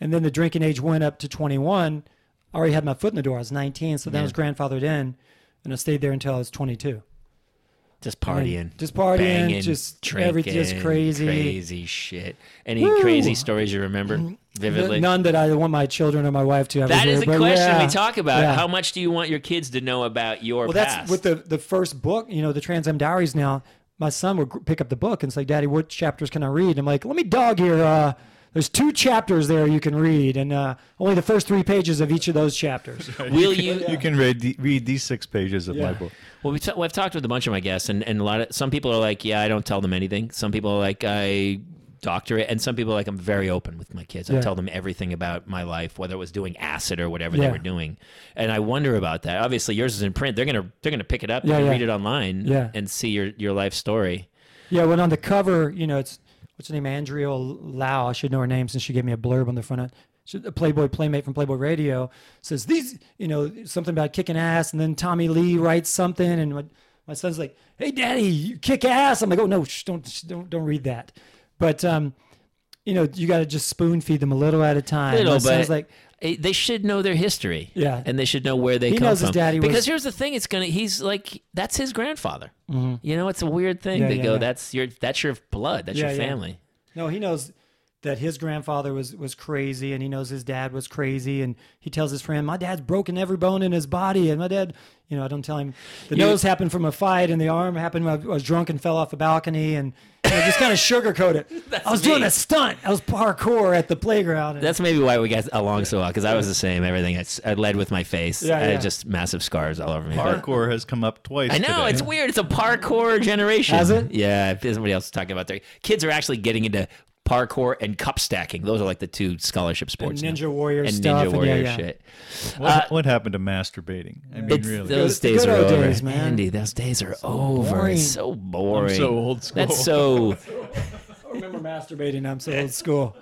S3: and then the drinking age went up to 21. I already had my foot in the door. I was 19, so then I was grandfathered in, and I stayed there until I was 22.
S1: just partying,
S3: Just partying,
S1: banging,
S3: just
S1: drinking,
S3: everything- just crazy.
S1: crazy shit. Any
S3: Woo.
S1: crazy stories you remember vividly?
S3: None that I want my children or my wife to ever
S1: That
S3: hear.
S1: is a
S3: but
S1: question
S3: yeah.
S1: we talk about.
S3: Yeah.
S1: How much do you want your kids to know about your
S3: Well,
S1: past?
S3: that's with the the first book, you know, the Trans Am Diaries. Now, my son would gr- pick up the book and say, "Daddy, what chapters can I read?" I'm like, "Let me dog here. Uh, there's two chapters there you can read, and uh, only the first three pages of each of those chapters."
S1: Will you?
S2: You can read the, read these six pages of my
S3: Yeah.
S2: book.
S1: Well, we t- well, I've talked with a bunch of my guests, and, and a lot of some people are like, yeah, I don't tell them anything. Some people are like, I doctor it, and some people are like, I'm very open with my kids. I
S3: Yeah.
S1: tell them everything about my life, whether it was doing acid or whatever they
S3: Yeah.
S1: were doing. And I wonder about that. Obviously, yours is in print. They're gonna they're gonna pick it up
S3: Yeah,
S1: and
S3: yeah.
S1: read it online
S3: Yeah.
S1: and see your your life story.
S3: yeah, when on the cover, you know, it's what's her name, Andrea Lau. I should know her name since she gave me a blurb on the front. Of, she, a Playboy playmate from Playboy Radio says these, you know, something about kicking ass, and then Tommy Lee writes something, and my, my son's like, "Hey, Daddy, you kick ass." I'm like, "Oh no, shh, don't shh, don't don't read that." But um, you know, you got to just spoon feed them a little at a time.
S1: Little,
S3: my son's
S1: but-
S3: like,
S1: Eh, They should know their history,
S3: Yeah.
S1: and they should know where they
S3: He
S1: come
S3: knows
S1: from.
S3: his daddy was-
S1: because here's the thing: it's gonna. He's like that's his grandfather. You know, it's a weird thing
S3: Mm-hmm.
S1: to
S3: Yeah, yeah,
S1: go.
S3: yeah.
S1: That's your that's your blood. That's
S3: Yeah,
S1: your
S3: yeah.
S1: family.
S3: No, he knows that his grandfather was was crazy, and he knows his dad was crazy, and he tells his friend, "My dad's broken every bone in his body," and my dad, you know, I don't tell him the
S1: You-
S3: nose happened from a fight, and the arm happened when I was drunk and fell off a balcony, and you know, just kind of sugarcoat it. I was doing
S1: me.
S3: a stunt. I was parkour at the playground. and-
S1: That's maybe why we got along so well because I was the same. Everything I, s- I led with my face.
S3: Yeah,
S1: I had
S3: yeah.
S1: just massive scars all over me. but-
S2: Parkour has come up twice.
S1: I know
S2: today.
S1: it's weird. It's a parkour generation.
S3: Has it?
S1: Yeah. if Somebody else is talking about their kids are actually getting into parkour and cup stacking. Those are like the two scholarship sports. now.
S3: Ninja Warrior
S1: and
S3: stuff, and
S1: Ninja
S3: yeah,
S1: Warrior
S3: yeah.
S1: shit.
S2: What, what happened to masturbating? I mean,
S1: uh, It's,
S2: really.
S1: Those
S3: It's the
S1: days
S3: good
S1: are
S3: old
S1: over,
S3: days, man.
S1: Andy. Those days are over.
S3: boring.
S1: It's so boring.
S2: so old school.
S1: That's so.
S3: I remember masturbating. I'm so old school.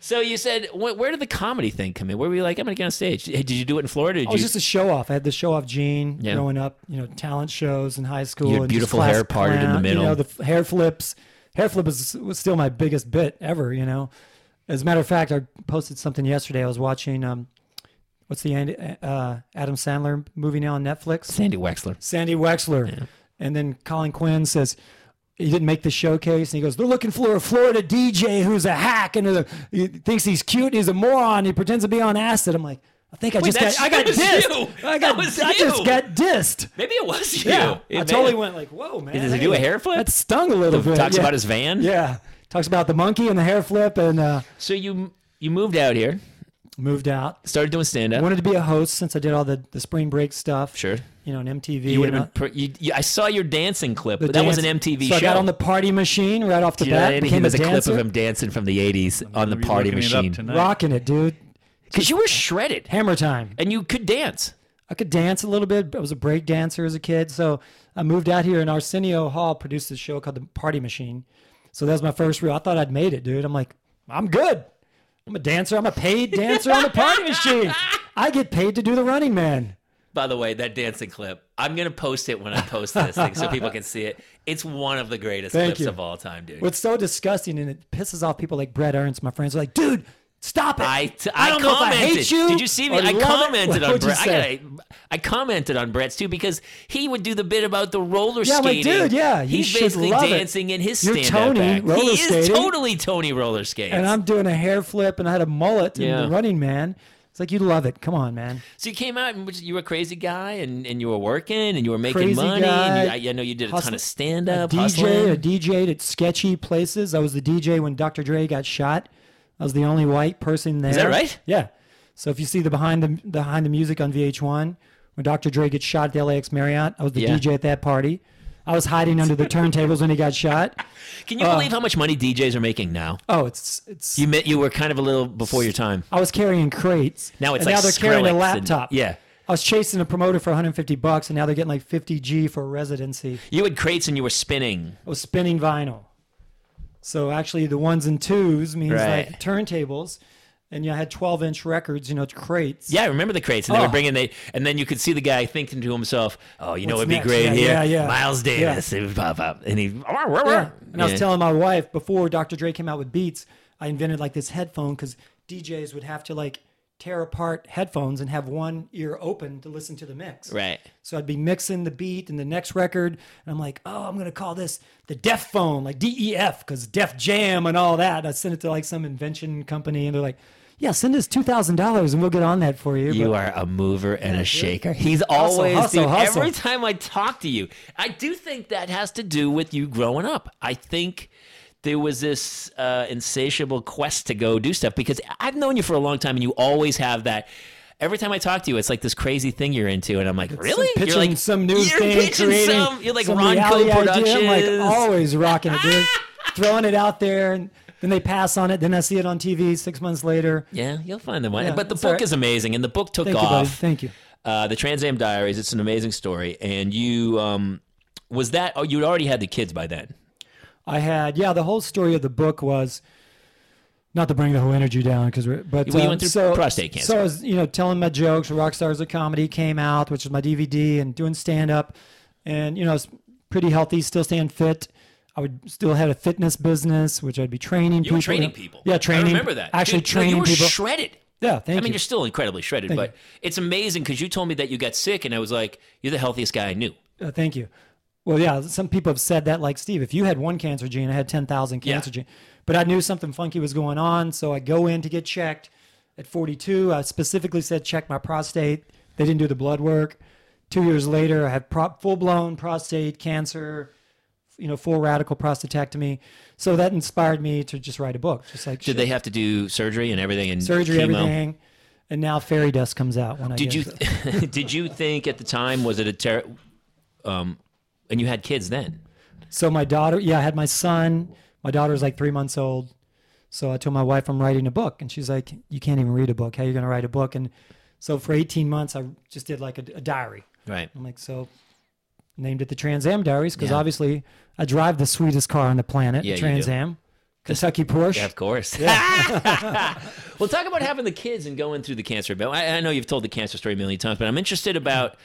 S1: So you said, wh- where did the comedy thing come in? Where were you like, I'm gonna get on stage? Hey, Did you do it in Florida? Did
S3: I Oh, was
S1: you,
S3: just a show off. I had the show off gene
S1: Yeah.
S3: growing up, you know, talent shows in high school.
S1: You had
S3: and just
S1: beautiful
S3: class
S1: hair parted in the
S3: clown,
S1: middle.
S3: You know, the f- hair flips. Hair flip was, was still my biggest bit ever, you know. As a matter of fact, I posted something yesterday. I was watching, um, what's the Andy, uh, Adam Sandler movie now on Netflix?
S1: Sandy Wexler.
S3: Sandy Wexler. And then Colin Quinn says, he didn't make the showcase. And he goes, they're looking for a Florida DJ who's a hack and uh, he thinks he's cute. He's a moron. He pretends to be on acid. I'm like, I think I just
S1: that's-
S3: got, I got
S1: that was
S3: dissed.
S1: you.
S3: I
S1: That
S3: got,
S1: was
S3: I just
S1: you.
S3: got dissed.
S1: Maybe it was you.
S3: Yeah.
S1: It
S3: I
S1: may-
S3: totally went like, whoa, man.
S1: Does he do a hair flip?
S3: That stung a little bit.
S1: talks
S3: yeah.
S1: about his van.
S3: Yeah. Talks about the monkey and the hair flip and uh,
S1: So you you moved out here,
S3: moved out.
S1: started doing stand
S3: I
S1: up.
S3: wanted to be a host since I did all the, the spring break stuff.
S1: Sure.
S3: you know, an MTV.
S1: You would
S3: and
S1: have been. Per- you, you, I saw your dancing clip,
S3: a-
S1: but that was
S3: dance-
S1: an MTV
S3: so
S1: show.
S3: I got on the party machine right off the
S1: Do you know
S3: bat.
S1: that?
S3: became
S1: There's a, clip
S3: dancer,
S1: of him dancing from the '80s on the
S2: We'll be
S1: party
S2: looking it up
S1: machine.
S2: tonight.
S3: rocking it, dude.
S1: Because you were shredded
S3: Hammer time.
S1: and you could dance.
S3: I could dance a little bit. I was a break dancer as a kid. So I moved out here, and Arsenio Hall produced this show called The Party Machine. So that was my first real. I thought I'd made it, dude. I'm like, I'm good. I'm a dancer. I'm a paid dancer on The Party Machine. I get paid to do The Running Man.
S1: By the way, that dancing clip, I'm gonna post it when I post this thing so people can see it. It's one of the greatest
S3: Thank
S1: clips
S3: you.
S1: of all time, dude.
S3: What's so disgusting, and it pisses off people like Brett Ernst, my friends, are like, dude, stop it.
S1: I, t- I,
S3: don't know if I
S1: commented.
S3: hate you
S1: Did you see me?
S3: or
S1: I
S3: love it.
S1: commented
S3: What
S1: on
S3: would you
S1: Brett. I,
S3: say?
S1: gotta- I commented on Brett's too because he would do the bit about the roller
S3: Yeah, I'm like,
S1: skating.
S3: dude, yeah, you
S1: he's
S3: should
S1: basically
S3: love it.
S1: dancing in his
S3: You're
S1: stand-up
S3: Tony
S1: act.
S3: roller
S1: he is
S3: skating.
S1: totally Tony roller skates.
S3: and I'm doing a hair flip, and I had a mullet in
S1: Yeah.
S3: The Running Man. It's like, you love it. Come on, man.
S1: so you came out and was- you were a crazy guy and, and you were working and you were making
S3: Crazy
S1: money.
S3: guy,
S1: and you, I, I know you did a ton
S3: hustling-
S1: of stand-up, Uh, hustling.
S3: DJ, a DJ at sketchy places. I was the DJ when Dr. Dre got shot. I was the only white person there. Is
S1: that right?
S3: Yeah. So if you see the behind the behind the music on VH1, when Dr. Dre gets shot at the LAX Marriott, I was the
S1: Yeah.
S3: DJ at that party. I was hiding under the turntables when he got shot.
S1: Can
S3: uh,
S1: you believe how much money DJs are making now?
S3: Oh, it's it's.
S1: You met you were kind of a little before your time.
S3: I was carrying crates.
S1: Now it's
S3: and
S1: like
S3: now they're carrying
S1: Skrillex
S3: a
S1: and-
S3: laptop.
S1: yeah.
S3: I was chasing a promoter for 150 bucks, and now they're getting like 50 G for a residency.
S1: You had crates and you were spinning.
S3: was spinning vinyl. So actually, the ones and twos means
S1: Right.
S3: like turntables, and you know, I had twelve inch records, you know, crates.
S1: Yeah, I remember the crates, and they
S3: Oh.
S1: were bringing they, and then you could see the guy thinking to himself, "Oh, you know, it'd
S3: What's
S1: be
S3: next?
S1: great
S3: Yeah,
S1: here,
S3: yeah, yeah.
S1: Miles
S3: Yeah.
S1: Davis." It would pop up, and he,
S3: Yeah. And I was
S1: Yeah.
S3: telling my wife before Dr. Dre came out with Beats, I invented like this headphone because DJs would have to like tear apart headphones and have one ear open to listen to the mix.
S1: right.
S3: So I'd be mixing the beat and the next record, and I'm like, oh, I'm gonna call this the Def Phone, like DEF, because Def Jam and all that. And I sent it to like some invention company, and they're like, yeah, send us two thousand dollars, and we'll get on that for you.
S1: You
S3: But
S1: are a mover and a shaker. He's always
S3: hustle,
S1: dude,
S3: hustle.
S1: every time I talk to you. I do think that has to do with you growing up. I think there was this uh, insatiable quest to go do stuff because I've known you for a long time, and you always have that. Every time I talk to you, it's like this crazy thing you're into, and I'm like, really?
S3: Some pitching
S1: you're like
S3: some new
S1: you're
S3: thing,
S1: pitching
S3: creating
S1: some. You're like
S3: some
S1: Ronco
S3: reality
S1: Productions.
S3: Idea. I'm like oh. always rocking it, dude. Throwing it out there, and then they pass on it. Then I see it on TV six months later.
S1: Yeah, you'll find the one.
S3: Yeah,
S1: but the
S3: it's
S1: book
S3: all right.
S1: is amazing, and the book took
S3: Thank you, buddy.
S1: off.
S3: Thank you.
S1: uh, the Trans Am Diaries. It's an amazing story, and you um, was that? Oh, you'd already had the kids by then.
S3: I had yeah. The whole story of the book was not to bring the whole energy down because we're but
S1: Well, you
S3: um,
S1: went through
S3: so,
S1: prostate cancer.
S3: So I was you know telling my jokes. Rock stars of comedy came out, which was my DVD, and doing stand up, and you know I was pretty healthy, still staying fit. I would still had a fitness business, which I'd be training
S1: You
S3: people.
S1: were training people.
S3: Yeah, training.
S1: I remember that.
S3: Actually,
S1: Dude, no,
S3: training
S1: you were
S3: people.
S1: Shredded.
S3: yeah,
S1: I
S3: thank
S1: mean,
S3: you.
S1: you're still incredibly shredded, but it's amazing because you told me that you got sick, and I was like, "You're the healthiest guy I knew."
S3: Uh, thank you. Well, yeah, some people have said that, like Steve, if you had one cancer gene, I had 10,000
S1: Yeah.
S3: cancer gene. But I knew something funky was going on, so I go in to get checked at 42. I specifically said, check my prostate. They didn't do the blood work. Two years later, I have pro- full blown prostate cancer, you know, full radical prostatectomy. So that inspired me to just write a book, just like
S1: Did they have to do surgery and everything and
S3: surgery,
S1: chemo?
S3: everything. And now fairy dust comes out when I
S1: Did
S3: get
S1: you
S3: it.
S1: did you think at the time was it a ter- um, and you had kids then?
S3: So my daughter, yeah, I had my son. My daughter's like three months old. So I told my wife I'm writing a book, and she's like, "You can't even read a book. How are you going to write a book?" And so for 18 months, I just did like a, a diary.
S1: Right.
S3: I'm like, so named it the Trans Am Diaries because
S1: Yeah.
S3: obviously I drive the sweetest car on the planet,
S1: Yeah,
S3: the
S1: you
S3: Trans
S1: do.
S3: Am, Kentucky Porsche.
S1: Yeah, of course. well, talk about having the kids and going through the cancer bill. I, I know you've told the cancer story a million times, but I'm interested about,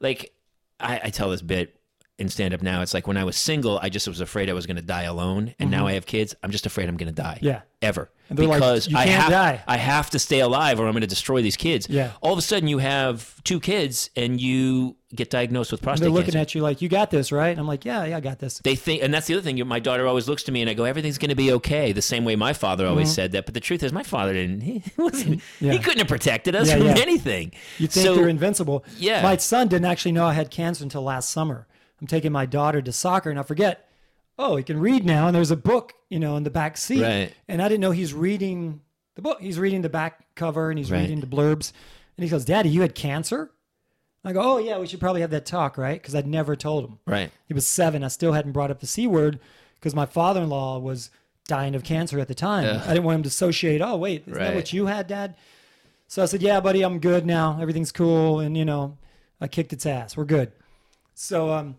S1: like, I, I tell this bit in stand up now. It's like when I was single, I just was afraid I was going to die alone, and now I have kids. I'm just afraid I'm going to die.
S3: Mm-hmm. Yeah.
S1: ever.
S3: they're like,
S1: because
S3: "You
S1: I
S3: can't
S1: have,
S3: die."
S1: I have to stay alive, or I'm going to destroy these kids.
S3: Yeah.
S1: All of a sudden, you have two kids, and you get diagnosed with prostate
S3: They're looking
S1: cancer.
S3: at you like, "You got this, right?" And I'm like, "Yeah, yeah, I got this."
S1: they think, and that's the other thing. My daughter always looks to me, and I go, "Everything's going to be okay." The same way my father always said that. But the truth is, my father didn't. He wasn't.
S3: Mm-hmm. Yeah.
S1: He couldn't have protected us
S3: Yeah,
S1: from
S3: yeah.
S1: anything.
S3: You think
S1: so,
S3: they're invincible.
S1: Yeah.
S3: My son didn't actually know I had cancer until last summer. I'm taking my daughter to soccer and I forget, oh, he can read now. And there's a book, you know, in the back seat.
S1: Right.
S3: And I didn't know he's reading the book. He's reading the back cover and he's
S1: Right.
S3: reading the blurbs. And he goes, Daddy, you had cancer? I go, oh yeah, we should probably have that talk, right? Because I'd never told him.
S1: Right.
S3: He was seven. I still hadn't brought up the c word because my father-in-law was dying of cancer at the time. I didn't want him to associate. Oh wait, isn't that
S1: Right.
S3: what you had, Dad? So I said, yeah, buddy, I'm good now. Everything's cool, and you know, I kicked its ass. We're good. So um,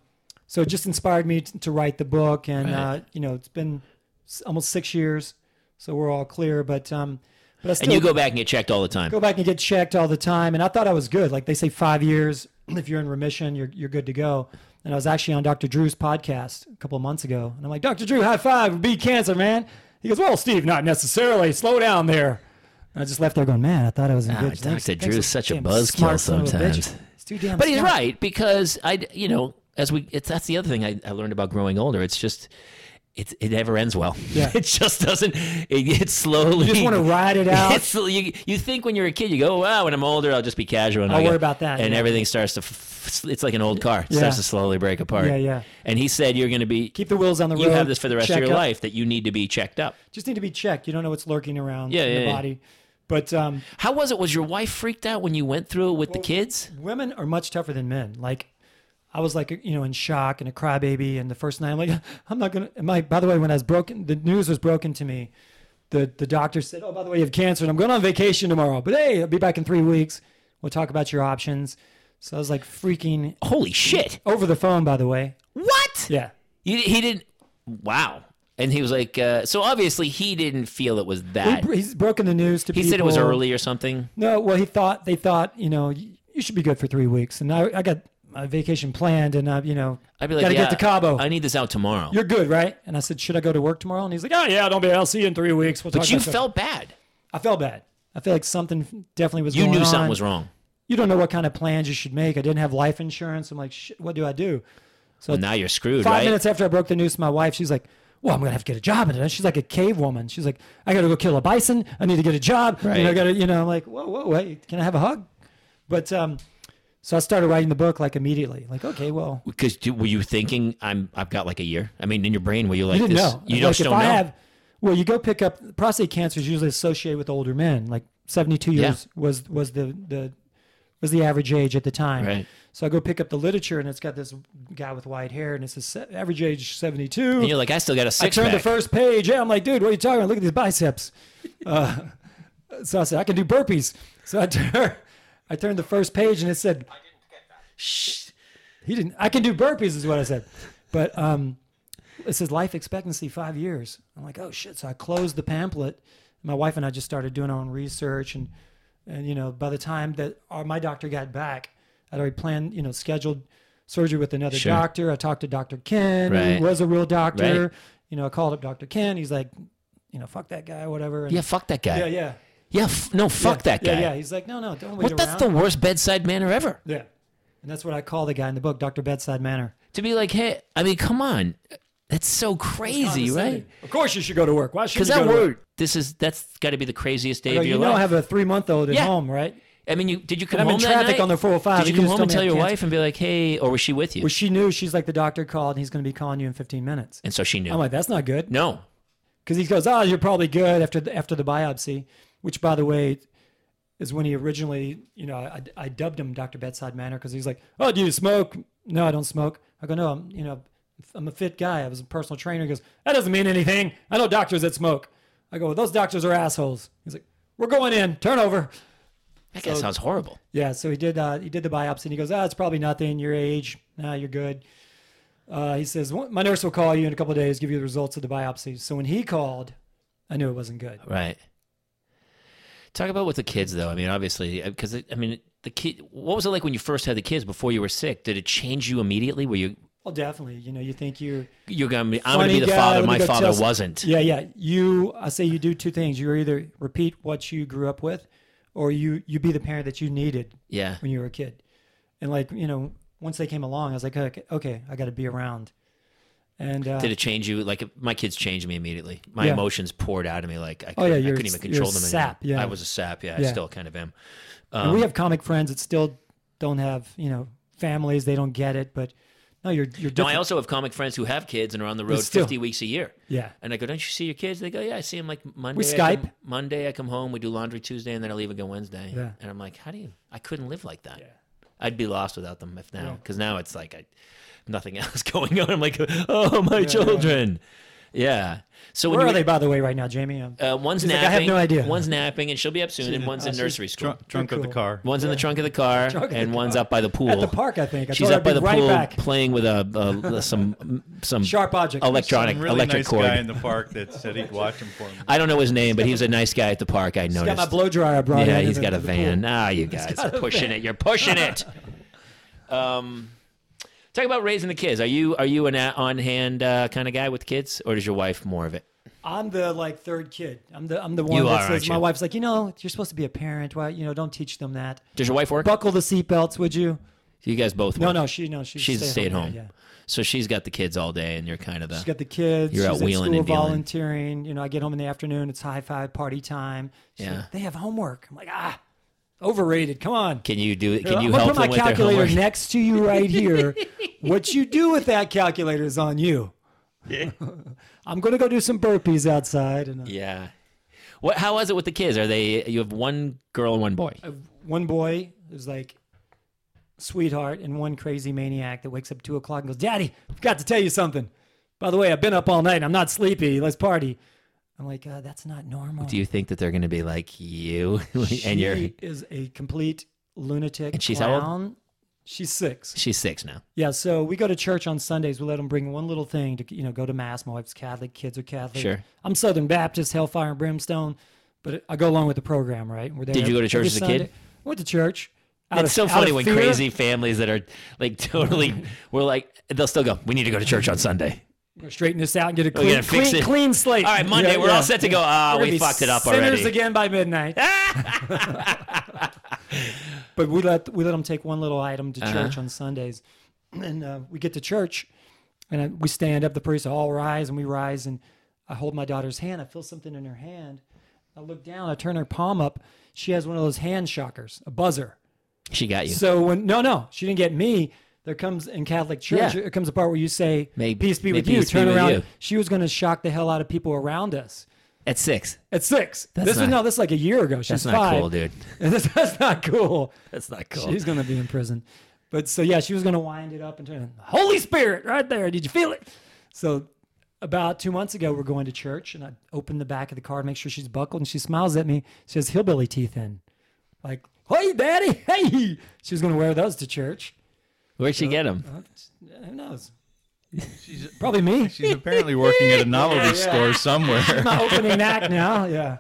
S3: so it just inspired me t- to write the book, and uh, you know, it's been s- almost six years, so we're all clear. But um, but I still
S1: And you go back and get checked all the time.
S3: go back and get checked all the time. And I thought I was good. Like they say, five years if you're in remission, you're you're good to go. And I was actually on Dr. Drew's podcast a couple of months ago, and I'm like, Dr. Drew, high five, beat cancer, man. He goes, Well, Steve, not necessarily. Slow down there. And I just left there going, Man, I thought I was in
S1: Ah,
S3: good.
S1: Dr.
S3: Thanks- thanks
S1: Drew's
S3: for
S1: such a
S3: damn
S1: buzzkill
S3: smart son of a bitch.
S1: sometimes.
S3: It's too damn.
S1: But he's
S3: smart.
S1: right because I, you know, as we, it's that's the other thing I, I learned about growing older. It's just, it's it never ends well.
S3: Yeah.
S1: it just doesn't. It, it slowly.
S3: You just want to ride it out.
S1: It's, you, you think when you're a kid, you go, wow, when I'm older, I'll just be casual. And
S3: I'll
S1: go-
S3: worry about that,
S1: And
S3: yeah.
S1: everything starts to, f- f- it's like an old car. It
S3: Yeah.
S1: starts to slowly break apart.
S3: Yeah, yeah.
S1: And he said, you're going to be,
S3: Keep the wheels on the road.
S1: you have this for the rest of
S3: check
S1: your
S3: up.
S1: life that you need to be checked up.
S3: Just need to be checked. You don't know what's lurking around
S1: Yeah,
S3: in
S1: yeah,
S3: the
S1: yeah.
S3: body. But um,
S1: How was it? Was your wife freaked out when you went through it with the kids?
S3: women are much tougher than men. Like I was like, you know, in shock and a crybaby. And the first night I'm like, I'm not going to, my, by the way, when I was broken, the news was broken to me. The, the doctor said, oh, by the way, you have cancer and I'm going on vacation tomorrow, but Hey, I'll be back in three weeks. We'll talk about your options. So I was like freaking
S1: Holy shit.
S3: over the phone, by the way.
S1: What?
S3: Yeah.
S1: You, he didn't. Wow. And he was like, uh, so obviously he didn't feel it was
S3: He,
S1: that.
S3: br- he's broken the news to
S1: He
S3: people.
S1: said it was early or something.
S3: No, well, he thought, they thought, you know, you, you should be good for three weeks. And I, I got my vacation planned and I, you know,
S1: I'd be like,
S3: gotta
S1: yeah,
S3: get to Cabo.
S1: I need this out tomorrow.
S3: you're good, right? And I said, should I go to work tomorrow? And he's like, oh yeah, don't be. I'll see you in three weeks. We'll
S1: but
S3: talk
S1: you
S3: about that."
S1: felt bad.
S3: I felt bad. I feel like something definitely was.
S1: You
S3: going
S1: knew
S3: on.
S1: something was wrong.
S3: You don't know what kind of plans you should make. I didn't have life insurance. I'm like, shit, what do I do?
S1: Well, now you're screwed,
S3: Five
S1: right?
S3: minutes after I broke the news to my wife, she's like, well, I'm gonna have to get a job. And she's like a cave woman. She's like, I gotta go kill a bison. I need to get a job. You know,
S1: Right.
S3: I gotta, you know, I'm like, whoa, whoa, wait, can I have a hug? But um, so I started writing the book like immediately. Like, okay, well,
S1: Because do- were you thinking I'm? I've got like a year. I mean, in your brain, were you like
S3: You didn't
S1: this?
S3: know.
S1: You
S3: Like,
S1: just
S3: if
S1: don't
S3: I
S1: know.
S3: have, well, you go pick up prostate cancer is usually associated with older men. Like seventy-two
S1: Yeah.
S3: years was was the the was the average age at the time.
S1: Right.
S3: So I go pick up the literature, and it's got this guy with white hair, and it says se- average age seventy-two.
S1: and you're like, I still got a
S3: I
S1: six
S3: turned the
S1: pack.
S3: first page. Yeah, I'm like, dude, what are you talking about? Look at these biceps. Uh, so I said, I can do burpees. So I turned, I turned the first page and it said, I didn't get that. He didn't. I can do burpees is what I said, but um, it says life expectancy five years. I'm like, oh shit. So I closed the pamphlet. My wife and I just started doing our own research, and and you know, by the time that our, my doctor got back, I'd already planned, you know, scheduled surgery with another
S1: Sure.
S3: doctor. I talked to Doctor Ken,
S1: Right.
S3: who was a real doctor
S1: Right.
S3: doctor. You know, I called up Dr. Ken. He's like, you know, fuck that guy, whatever. And
S1: Yeah, fuck that guy.
S3: yeah,
S1: Yeah,
S3: yeah.
S1: f- no, fuck
S3: Yeah,
S1: that guy.
S3: Yeah, yeah. He's like, no, no, don't wait
S1: What? That's the
S3: around.
S1: worst bedside manner ever.
S3: yeah. And that's what I call the guy in the book, Dr. Bedside Manner.
S1: To be like, hey, I mean, come on, that's so crazy, right?
S3: Condescending. Of course you should go to work. Why should
S1: Because
S3: you go
S1: that
S3: to work?
S1: word, this is that's got to be the craziest day
S3: You, know,
S1: of your
S3: you know I
S1: life.
S3: have a three-month-old at
S1: Yeah.
S3: home, right?
S1: I mean, you did you come
S3: And I'm in
S1: home that
S3: traffic
S1: night?
S3: on the 405.
S1: Did you
S3: You
S1: come
S3: just
S1: home and
S3: tell
S1: tell
S3: me I
S1: your
S3: can't-
S1: wife and be like, hey, or was she with you?
S3: Well, she knew. She's like, the doctor called, and he's going to be calling you in 15 minutes.
S1: and so she knew.
S3: I'm like, that's not good.
S1: no,
S3: because he goes, "Oh, you're probably good after the, after the biopsy," which, by the way, is when he originally, you know, I, I dubbed him Doctor Bedside Manner because he's like, "Oh, do you smoke?" No, I don't smoke. I go, "No, I'm, you know, I'm a fit guy. I was a personal trainer." He goes, "That doesn't mean anything. I know doctors that smoke." I go, well, "Those doctors are assholes." He's like, "We're going in. Turn over."
S1: that guy sounds horrible.
S3: Yeah, so he did. Uh, he did the biopsy, and he goes, "Ah, it's probably nothing. Your age, nah, you're good." Uh, he says, "Well, "My nurse will call you in a couple of days, give you the results of the biopsy." So when he called, I knew it wasn't good.
S1: Right. Talk about with the kids, though. I mean, obviously, because I mean, the kid. What was it like when you first had the kids? Before you were sick, did it change you immediately? Were you
S3: Well, definitely. You know, you think you're.
S1: you're gonna be? I'm gonna
S3: funny
S1: be the
S3: guy, let
S1: father.
S3: me
S1: My
S3: go
S1: father
S3: tell-
S1: wasn't.
S3: Yeah, yeah. You, I say, you do two things. You either repeat what you grew up with, or you you be the parent that you needed
S1: Yeah.
S3: when you were a kid. And like you know, once they came along, I was like, okay, okay I got to be around. And uh,
S1: Did it change you? Like my kids changed me immediately. My
S3: Yeah.
S1: emotions poured out of me. Like I,
S3: Oh, yeah,
S1: couldn't- I
S3: you're
S1: couldn't even
S3: s- you're
S1: control
S3: a
S1: them.
S3: sap,
S1: anymore.
S3: yeah.
S1: I was a sap. Yeah, I
S3: Yeah.
S1: still kind of am.
S3: And
S1: Um,
S3: we have comic friends that still don't have, you know, families. They don't get it, but no, you're you're
S1: No, I
S3: different.
S1: also have comic friends who have kids and are on the road
S3: still-
S1: 50 weeks a year.
S3: yeah.
S1: And I go, don't you see your kids? They go, yeah, I see them like Monday.
S3: We
S1: I come,
S3: Skype.
S1: Monday, I come home, we do laundry Tuesday, and then I leave again Wednesday.
S3: Yeah.
S1: And I'm like, how do you? I couldn't live like that. I'd be lost without them if now, because now it's like I, nothing else going on. I'm like, oh my children, yeah. So
S3: Where
S1: when
S3: are
S1: you,
S3: they, by the way, right now, Jamie? Um,
S1: Uh, one's
S3: She's like,
S1: napping.
S3: I have no idea. uh,
S1: One's napping, and she'll be up soon. And one's in nursery school.
S2: Drunk, drunk of the
S3: cool.
S2: car.
S1: One's in the trunk of the car,
S3: Trunk of the
S1: and one's
S3: car.
S1: up by the pool.
S3: At the park, I think. I
S1: She's
S3: told her
S1: up by
S3: I'd be
S1: the
S3: right
S1: pool
S3: back.
S1: playing with a, a some some
S3: Sharp object.
S1: electronic
S2: Some really
S1: electric
S2: nice
S1: cord.
S2: guy in the park that said he'd watch him for me.
S1: I don't know his name, but he was a nice guy at the park. I
S3: He's got
S1: noticed.
S3: my blow dryer brought
S1: yeah,
S3: in.
S1: he's
S3: and
S1: got a
S3: into the
S1: van.
S3: pool.
S1: Ah, you guys are pushing it. You're pushing it. um, talk about raising the kids. Are you are you an on hand uh, kind of guy with kids, or is your wife more of it?
S3: I'm the like third kid. I'm the I'm the one
S1: You
S3: that
S1: are, aren't
S3: says my
S1: you?
S3: wife's like, you know, you're supposed to be a parent. Why, you know, don't teach them that.
S1: Does your wife work?
S3: Buckle the seatbelts, would you?
S1: You guys both.
S3: No,
S1: work.
S3: no, she no, she's
S1: She's a stay at home.
S3: Yeah, yeah.
S1: So she's got the kids all day, and you're kind of the.
S3: She's got the kids.
S1: You're out
S3: she's
S1: wheeling
S3: at school
S1: and dealing.
S3: volunteering. You know, I get home in the afternoon. It's high five party time. She's
S1: Yeah.
S3: like, they have homework. I'm like, ah, overrated. Come on.
S1: can you do? Can
S3: I'm
S1: you
S3: gonna
S1: help
S3: put my
S1: them with their
S3: calculator
S1: homework?
S3: next to you right here. what you do with that calculator is on you. I'm gonna go do some burpees outside and uh,
S1: Yeah. What? How was it with the kids? Are they? You have one girl and one boy.
S3: Oh. one boy is like sweetheart and one crazy maniac that wakes up at two o'clock and goes, Daddy, I've got to tell you something. By the way, I've been up all night and I'm not sleepy. Let's party. I'm like, uh, that's not normal.
S1: Do you think that they're going to be like you? and you're.
S3: She is a complete lunatic.
S1: And she's how old?
S3: clown. She's six.
S1: She's six now.
S3: Yeah, so we go to church on Sundays. We let them bring one little thing to, you know, go to mass. My wife's Catholic, kids are Catholic.
S1: Sure.
S3: I'm Southern Baptist, Hellfire and Brimstone, but I go along with the program, right? We're there
S1: Did you go to
S3: every
S1: church as a kid?
S3: Sunday. I went to church. Out
S1: it's
S3: of-
S1: so
S3: out
S1: funny
S3: of
S1: when
S3: fear.
S1: crazy families that are like totally, we're like, they'll still go, we need to go to church on Sunday.
S3: We're straighten this out and get a
S1: gotta
S3: clean,
S1: Oh, fix
S3: clean,
S1: it.
S3: clean slate.
S1: All right, Monday,
S3: Yeah,
S1: we're
S3: yeah,
S1: all set to
S3: yeah.
S1: go. Ah,
S3: We're gonna
S1: we
S3: be
S1: fucked it up
S3: sinners
S1: already.
S3: again by midnight. but we let we let them take one little item
S1: Uh-huh.
S3: to church on Sundays, and uh, we get to church, and I, we stand up. The priest all rise, and we rise, and I hold my daughter's hand. I feel something in her hand. I look down. I turn her palm up. She has one of those hand shockers, a buzzer.
S1: She got you.
S3: So when no, no, she didn't get me. There comes in Catholic Church.
S1: Yeah.
S3: There comes a part where you say,
S1: May-
S3: "Peace be
S1: may
S3: with you."
S1: peace be
S3: Turn
S1: with
S3: around.
S1: you.
S3: She was going to shock the hell out of people around us
S1: At six.
S3: at six. this
S1: not-
S3: was no, this is like a year ago. She's
S1: That's not
S3: five.
S1: cool, dude.
S3: That's, that's not cool.
S1: That's not cool.
S3: She's going to be in prison. But so yeah, she was going to wind it up and turn Holy Spirit right there. Did you feel it? So about two months ago, we're going to church, and I open the back of the car to make sure she's buckled, and she smiles at me. She has hillbilly teeth in, like, "Hey, Daddy, hey." She was going to wear those to church.
S1: Where'd she get them?
S3: Uh-huh. Who knows?
S2: She's,
S3: Probably me.
S2: she's apparently working at a novelty store
S3: I'm
S2: somewhere.
S3: not opening that now. Yeah.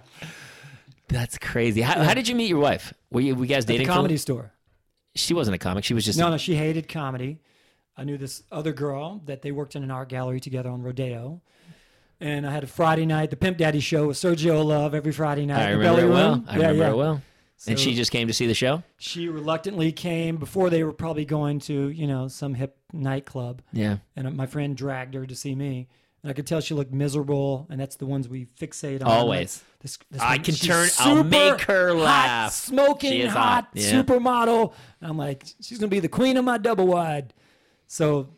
S1: That's crazy. How, how did you meet your wife? Were you, were you guys
S3: The
S1: dating? for-
S3: comedy store.
S1: She wasn't a comic. She was just.
S3: No, no, she hated comedy. I knew this other girl that they worked in an art gallery together on Rodeo. And I had a Friday night, the Pimp Daddy show with Sergio Love every Friday night.
S1: I
S3: the
S1: remember
S3: Belly
S1: it well.
S3: Room.
S1: I
S3: Yeah,
S1: remember
S3: yeah.
S1: it well. and
S3: So-
S1: she just came to see the show.
S3: She reluctantly came before they were probably going to, you know, some hip nightclub.
S1: Yeah.
S3: And my friend dragged her to see me. And I could tell she looked miserable. And that's the ones we fixate on.
S1: Always.
S3: Like, this, this
S1: I
S3: one-
S1: can
S3: she's
S1: turn- I'll
S3: super
S1: make her
S3: hot,
S1: laugh.
S3: smoking
S1: She is
S3: hot,
S1: hot, yeah.
S3: supermodel. And I'm like, she's going to be the queen of my double wide. So,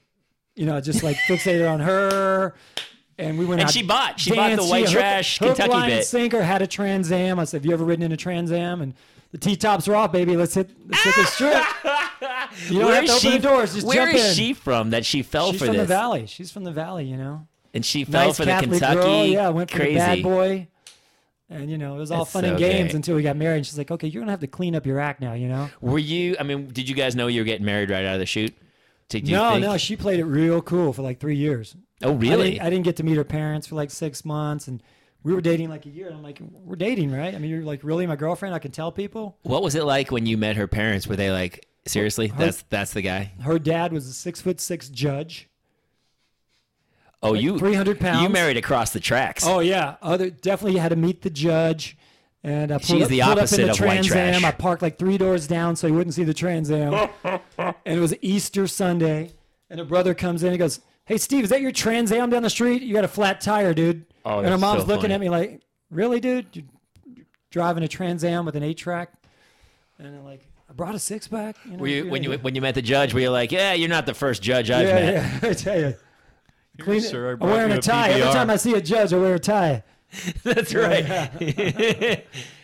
S3: you know, just like fixated on her. And we went
S1: And
S3: out
S1: she bought- she bought the
S3: danced.
S1: white
S3: hook-
S1: trash
S3: hook,
S1: Kentucky
S3: line, and
S1: bit.
S3: sinker had a Trans Am. I said, "Have you ever ridden in a Trans Am?" And the T tops are off, baby. Let's hit, let's hit the strip. You don't
S1: Where
S3: have
S1: is
S3: to open
S1: she-
S3: the doors. Just
S1: where
S3: jump
S1: is
S3: in.
S1: she from that she fell
S3: She's
S1: Oh, for
S3: from the
S1: this?
S3: valley. She's from the valley. You know,
S1: and she fell for the
S3: Catholic
S1: Kentucky.
S3: girl. Yeah, went for
S1: crazy.
S3: the bad boy. And you know, it was all
S1: That's
S3: fun
S1: so
S3: and games
S1: great.
S3: until we got married. And she's like, "Okay, you're gonna have to clean up your act now." You know?
S1: Were you? I mean, did you guys know you were getting married right out of the shoot? Did you
S3: no,
S1: think-
S3: no. She played it real cool for like three years.
S1: Oh,
S3: I
S1: really?
S3: didn't, I didn't get to meet her parents for like six months, and we were dating like a year. And I'm like, "We're dating, right?" I mean, you're like, "Really, my girlfriend?" I can tell people.
S1: what was it like when you met her parents? Were they like, seriously? that's that's the guy.
S3: Her dad was a six foot six judge.
S1: Oh, you
S3: 300
S1: You
S3: pounds.
S1: married across the tracks.
S3: Oh yeah, other definitely had to meet the judge. And I pulled
S1: She's
S3: up,
S1: the
S3: pulled
S1: opposite
S3: up in the
S1: of white
S3: Trans Am.
S1: trash.
S3: I parked like three doors down so he wouldn't see the Trans Am. and it was Easter Sunday, and a brother comes in and goes, "Hey Steve, is that your Trans Am down the street? You got a flat tire, dude."
S1: Oh,
S3: and her
S1: that's
S3: mom's
S1: so
S3: looking
S1: funny.
S3: at me like, "Really, dude? You're driving a Trans Am with an eight track?" And I'm like, "I brought a six pack." know,
S1: Were you
S3: you're
S1: when you
S3: gonna
S1: when you met the judge? Were you like, yeah, you're not the first judge I've
S3: get-"
S1: met.
S3: yeah, yeah, I tell you, clean
S2: Here,
S3: it.
S2: sir, I
S3: I'm
S2: brought
S3: wearing
S2: you
S3: a tie. Every
S2: PBR.
S3: time I see a judge, I wear a tie.
S1: That's right.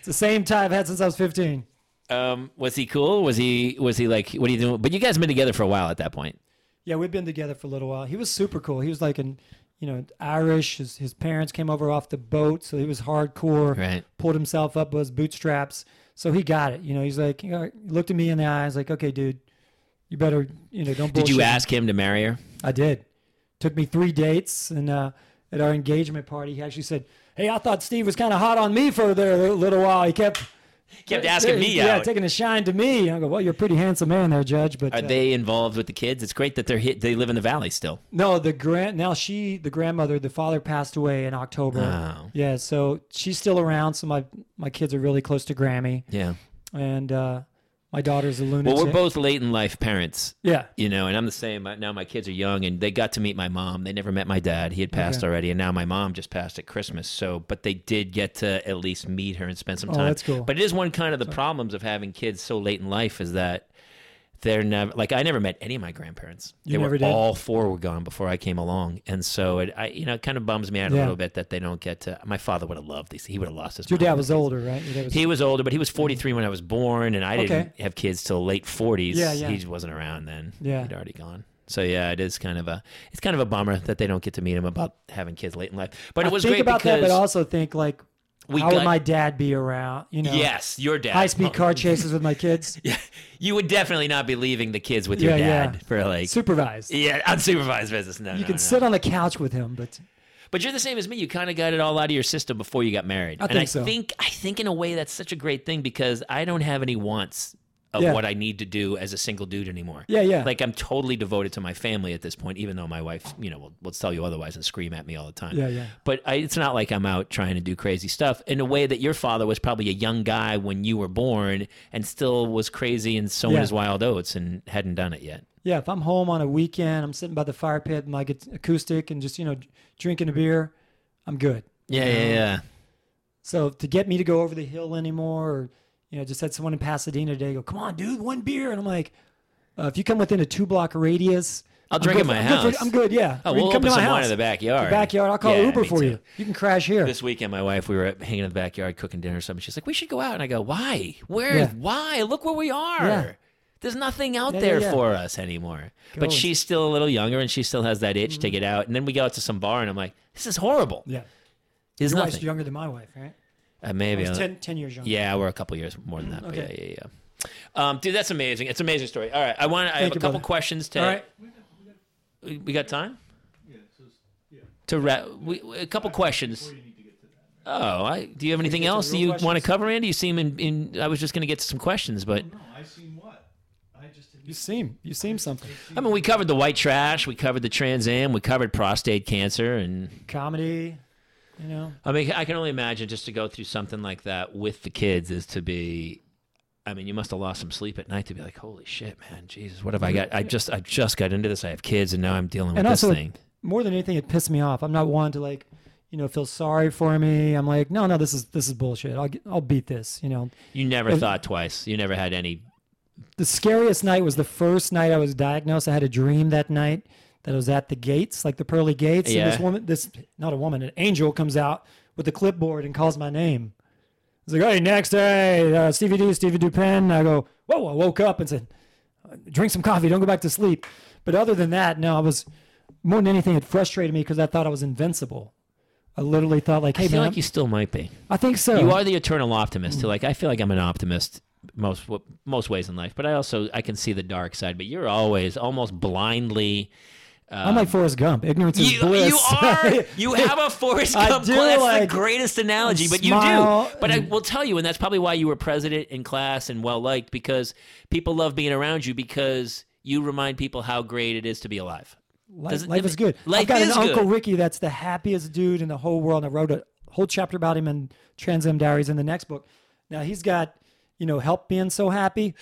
S3: It's the same tie I've had since I was 15.
S1: Um, was he cool? Was he was he like what are you doing? But you guys have been together for a while at that point.
S3: Yeah, we've been together for a little while. He was super cool. He was like an, you know, Irish. His, his parents came over off the boat, so he was hardcore.
S1: Right.
S3: Pulled himself up by his bootstraps, so he got it. You know, he's like, you know, he looked at me in the eyes, like, okay, dude, you better, you know, don't.
S1: Did you
S3: bullshit me."
S1: ask him to marry her?
S3: I did. Took me three dates, and uh, at our engagement party, he actually said, "Hey, I thought Steve was kind of hot on me for there a little while. He kept."
S1: Kept asking me
S3: yeah,
S1: out.
S3: taking a shine to me. I go, well, you're a pretty handsome man there, Judge. But
S1: Are
S3: uh,
S1: they involved with the kids? It's great that they're hit. They live in the valley still.
S3: No, the grand now she the grandmother, the father passed away in October.
S1: Oh.
S3: Yeah, so she's still around. So my my kids are really close to Grammy,
S1: Yeah.
S3: and uh, my daughter's a lunatic.
S1: Well, we're both late in life parents,
S3: yeah.
S1: you know, and I'm the same. I- Now my kids are young, and they got to meet my mom. They never met my dad; he had passed
S3: Okay.
S1: already, and now my mom just passed at Christmas. So, but they did get to at least meet her and spend some
S3: Oh,
S1: time.
S3: that's cool.
S1: But it is one kind of the problems of having kids so late in life is that they're never like I never met any of my grandparents.
S3: You
S1: they were
S3: never did?
S1: all four were gone before I came along, and so it I you know it kind of bums me out a
S3: Yeah.
S1: little bit that they don't get to. My father would have loved these. He would have lost his.
S3: Your
S1: mom.
S3: dad was older, right? Your dad was,
S1: He was older, but he was 43 when I was born, and I didn't have kids till late 40s.
S3: Mm-hmm. Yeah, yeah.
S1: He just wasn't around then.
S3: Yeah.
S1: he'd already gone. So yeah, it is kind of a it's kind of a bummer that they don't get to meet him about having kids late in life. But
S3: I
S1: it was
S3: think
S1: great
S3: about that,
S1: because
S3: but also think like,
S1: we
S3: how
S1: got
S3: would my dad be around? You know,
S1: yes, your dad
S3: high speed car chases with my kids,
S1: You would definitely not be leaving the kids with your
S3: Yeah, yeah.
S1: dad for like
S3: supervised.
S1: yeah unsupervised business. No,
S3: you
S1: no,
S3: can
S1: no.
S3: sit on the couch with him, but
S1: But you're the same as me. You kind of got it all out of your system before you got married.
S3: I
S1: and
S3: think
S1: I
S3: so.
S1: think I think in a way that's such a great thing because I don't have any wants of
S3: Yeah.
S1: what I need to do as a single dude anymore.
S3: Yeah, yeah.
S1: Like I'm totally devoted to my family at this point, even though my wife, you know, will, will tell you otherwise and scream at me all the time.
S3: Yeah, yeah.
S1: But I, it's not like I'm out trying to do crazy stuff in a way that your father was probably a young guy when you were born and still was crazy and sowing
S3: Yeah.
S1: his wild oats and hadn't done it yet.
S3: Yeah, if I'm home on a weekend, I'm sitting by the fire pit, my gu- acoustic, and just you know drinking a beer, I'm good.
S1: Yeah, yeah, yeah.
S3: So to get me to go over the hill anymore, or you know, just had someone in Pasadena today go, "Come on, dude, one beer," and I'm like, uh, "If you come within a two block radius,
S1: I'll
S3: I'm
S1: drink at
S3: good for-
S1: my
S3: I'm good for-
S1: house."
S3: I'm good, yeah.
S1: Oh,
S3: Or you
S1: we'll
S3: can
S1: open some wine in the backyard.
S3: backyard. I'll call
S1: Yeah,
S3: Uber
S1: me
S3: for
S1: too.
S3: you. You can crash here.
S1: this weekend my wife we were hanging in the backyard cooking dinner or something she's like we should go out and i go why where
S3: Yeah.
S1: why look where we are
S3: Yeah.
S1: there's nothing out
S3: Yeah,
S1: there
S3: yeah, yeah.
S1: for us anymore
S3: Go. Mm-hmm.
S1: but she's still a little younger and she still has that itch to get out and then we go out to some bar and i'm like this is horrible
S3: yeah,
S1: there's
S3: your wife's
S1: nothing
S3: younger than my wife, right?
S1: uh, maybe
S3: She's
S1: I'll-
S3: 10, 10 years younger.
S1: yeah we're a couple years more than that but
S3: Okay.
S1: yeah yeah yeah um, dude that's amazing it's an amazing story all right i want i have
S3: Thank
S1: a
S3: you,
S1: couple
S3: brother.
S1: questions to
S3: All right.
S1: we we got time
S2: Yeah, so it's- yeah.
S1: to wrap we, we- a couple questions
S2: You need to get to that.
S1: Oh, I, do you have anything
S3: get to
S1: else
S3: real
S1: you want to
S3: questions?
S1: cover, Andy? You seem in, in. I was just going to get to some questions, but
S2: No, I seen what? I just didn't.
S3: You seem you seem something.
S1: I mean, we covered the white trash, we covered the Trans Am, we covered prostate cancer, and
S3: Comedy, you know.
S1: I mean, I can only imagine just to go through something like that with the kids is to be. I mean, you must have lost some sleep at night to be like, "Holy shit, man, Jesus, what have I got? I just, I just got into this. I have kids, and now I'm dealing with
S3: And
S1: this
S3: also-
S1: thing."
S3: more than anything, it pissed me off. I'm not one to like, you know, feel sorry for me. I'm like, no, no, this is this is bullshit. I'll get, I'll beat this. You know,
S1: You never
S3: And-
S1: thought twice. You never had any.
S3: the scariest night was the first night I was diagnosed. I had a dream that night that I was at the gates, like the pearly gates, and this
S1: Yeah.
S3: woman, this not a woman, an angel comes out with a clipboard and calls my name. It's like, hey, next day, uh, Stevie D, Stevie Dupin. I go, whoa, I woke up and said, "Uh, drink some coffee, don't go back to sleep. But other than that, no, I was more than anything, it frustrated me because I thought I was invincible. I literally thought like, hey,
S1: I feel
S3: man, Oh.
S1: like you still might be.
S3: I think so.
S1: You are the eternal optimist. Too. Like I feel like I'm an optimist most w- most ways in life, but I also I can see the dark side. But you're always almost blindly.
S3: I'm like Forrest Gump. Ignorance
S1: You,
S3: is bliss.
S1: you are. You have a Forrest
S3: I
S1: Gump.
S3: do,
S1: plan. That's
S3: like,
S1: the greatest analogy, but you
S3: smile
S1: do. But I
S3: and-
S1: will tell you, and that's probably why you were president in class and well liked because people love being around you because you remind people how great it is to be alive.
S3: Life,
S1: Doesn't-
S3: life is good.
S1: Life
S3: I've got an
S1: is
S3: Uncle
S1: good.
S3: Ricky that's the happiest dude in the whole world. And I wrote a whole chapter about him in Trans Am Diaries in the next book. Now he's got, you know, help being so happy.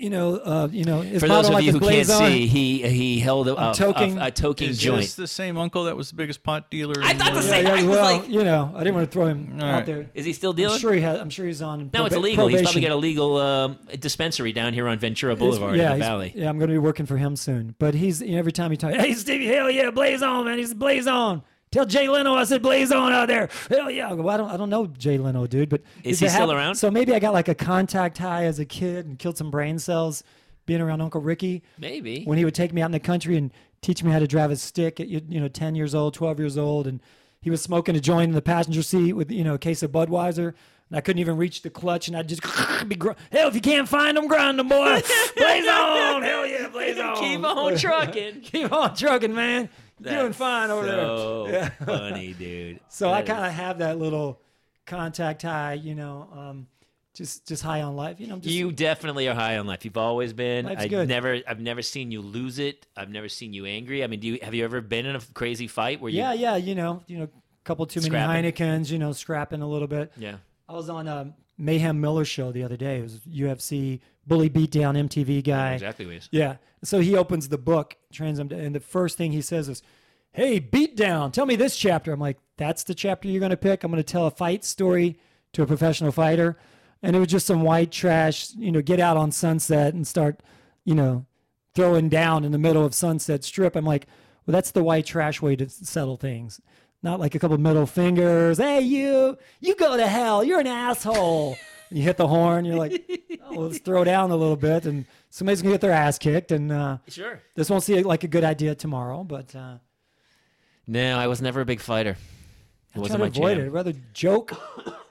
S3: You know, uh, you know, his
S1: For
S3: motto
S1: those of
S3: like
S1: you
S3: his
S1: who can't
S3: blaze on.
S1: see, he he held a, a,
S3: toking-
S1: a, a toking
S2: Is
S1: joint.
S2: this the same uncle that was the biggest pot dealer?
S1: I
S2: in
S1: thought the
S2: world?
S3: Yeah,
S1: same-
S3: yeah,
S1: I was
S3: well,
S1: like-
S3: you know, I didn't want to throw him
S2: All
S3: out
S2: right.
S3: there.
S1: Is he still
S3: I'm
S1: dealing?
S3: sure he has. I'm sure he's on.
S1: No, it's
S3: proba-
S1: illegal. He's probably
S3: probation.
S1: got a legal um, dispensary down here on Ventura
S3: It's-
S1: Boulevard
S3: yeah,
S1: in the
S3: he's-
S1: Valley.
S3: Yeah, I'm going to be working for him soon. But he's you know, every time he talks, hey Stevie, hell yeah, blaze on, man. He's blaze on. Tell Jay Leno I said Blaze on out there. Hell yeah! I go, well, I don't I don't know Jay Leno, dude. But
S1: Is
S3: if
S1: he
S3: it
S1: still
S3: hap-
S1: around?
S3: So maybe I got like a contact high as a kid and killed some brain cells being around Uncle Ricky
S1: Maybe.
S3: when he would take me out in the country and teach me how to drive a stick at you you know 10 years old 12 years old and he was smoking a joint in the passenger seat with you know a case of budweiser and i couldn't even reach the clutch and i'd just be gr- hell if you can't find them grind them boy blaze on hell yeah blaze on
S1: Keep on trucking.
S3: keep on trucking man You're doing
S1: That's
S3: fine over there
S1: so there. funny, dude.
S3: so i
S1: That
S3: kind of have that little contact high you know um just just high on life you know I'm
S1: is-
S3: just,
S1: You definitely are high on life. You've always been.
S3: Life's
S1: I
S3: good.
S1: never. I've never seen you lose it. I've never seen you angry. I mean, do you have you ever been in a crazy fight where you?
S3: yeah yeah you know you know couple too many
S1: Scrapping.
S3: heinekens you know scrapping a little bit
S1: Yeah.
S3: I was on a Mayhem Miller show the other day. It was UFC bully beatdown MTV guy.
S1: Exactly. What it is.
S3: Yeah. So he opens the book, Transam, and the first thing he says is, "Hey, beatdown. Tell me this chapter." I'm like, "That's the chapter you're going to pick. I'm going to tell a fight story to a professional fighter." And it was just some white trash, you know, get out on Sunset and start, you know, throwing down in the middle of Sunset Strip. I'm like, "Well, that's the white trash way to s- settle things." Not like a couple middle fingers. Hey, you, you go to hell. You're an asshole. And you hit the horn. You're like, oh, let's throw down a little bit, and somebody's gonna get their ass kicked. And uh,
S1: Sure.
S3: this won't seem like a good idea tomorrow, but uh,
S1: No, I was never a big fighter. It
S3: I try
S1: wasn't
S3: to
S1: my
S3: avoid
S1: jam.
S3: it. I'd rather joke.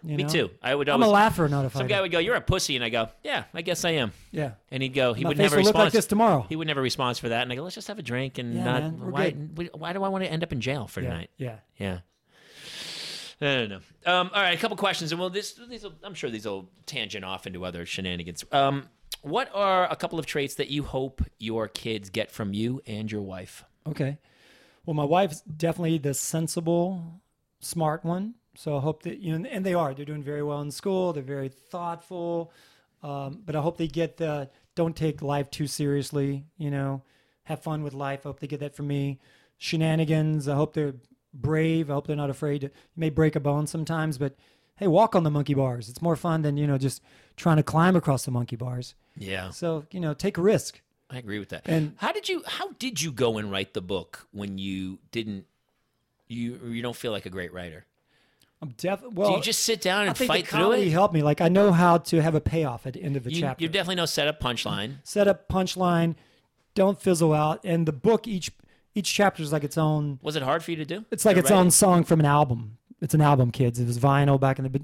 S3: you
S1: Me
S3: know?
S1: too. I would
S3: I'm
S1: always.
S3: a laugher, not a
S1: some
S3: fighter.
S1: guy would go, "You're a pussy," and I go, "Yeah, I guess I am."
S3: yeah,
S1: And he'd go, he
S3: my
S1: would
S3: face
S1: never
S3: will look
S1: respond.
S3: like this tomorrow.
S1: He would never respond for that. And I go, let's just have a drink and
S3: Yeah,
S1: not.
S3: man, we're
S1: why,
S3: good.
S1: we- why do I want to end up in jail for
S3: yeah,
S1: tonight?
S3: yeah.
S1: Yeah. I don't know. Um, all right, a couple questions, and well, this these will, I'm sure these will tangent off into other shenanigans. Um, what are a couple of traits that you hope your kids get from you and your wife?
S3: Okay. Well, my wife's definitely the sensible, smart one. So I hope that you know, and they are. They're doing very well in school. They're very thoughtful. Um, but I hope they get the don't take life too seriously. You know, have fun with life. I hope they get that from me. Shenanigans. I hope they're brave. I hope they're not afraid. To, you may break a bone sometimes, but hey, walk on the monkey bars. It's more fun than you know just trying to climb across the monkey bars.
S1: Yeah,
S3: So you know, take a risk.
S1: I agree with that.
S3: And-
S1: how did you how did you go and write the book when you didn't you you don't feel like a great writer?
S3: I'm def. Well,
S1: Do you just sit down
S3: I
S1: and
S3: think
S1: fight
S3: the
S1: through
S3: comedy
S1: it?
S3: helped me. Like I know how to have a payoff at the end of the
S1: You,
S3: chapter.
S1: you definitely know setup punchline.
S3: Set up punchline, don't fizzle out, and the book each each chapter is like its own.
S1: Was it hard for you to do?
S3: It's like
S1: To
S3: its
S1: write
S3: own
S1: it?
S3: song from an album. It's an album, kids. It was vinyl back in the.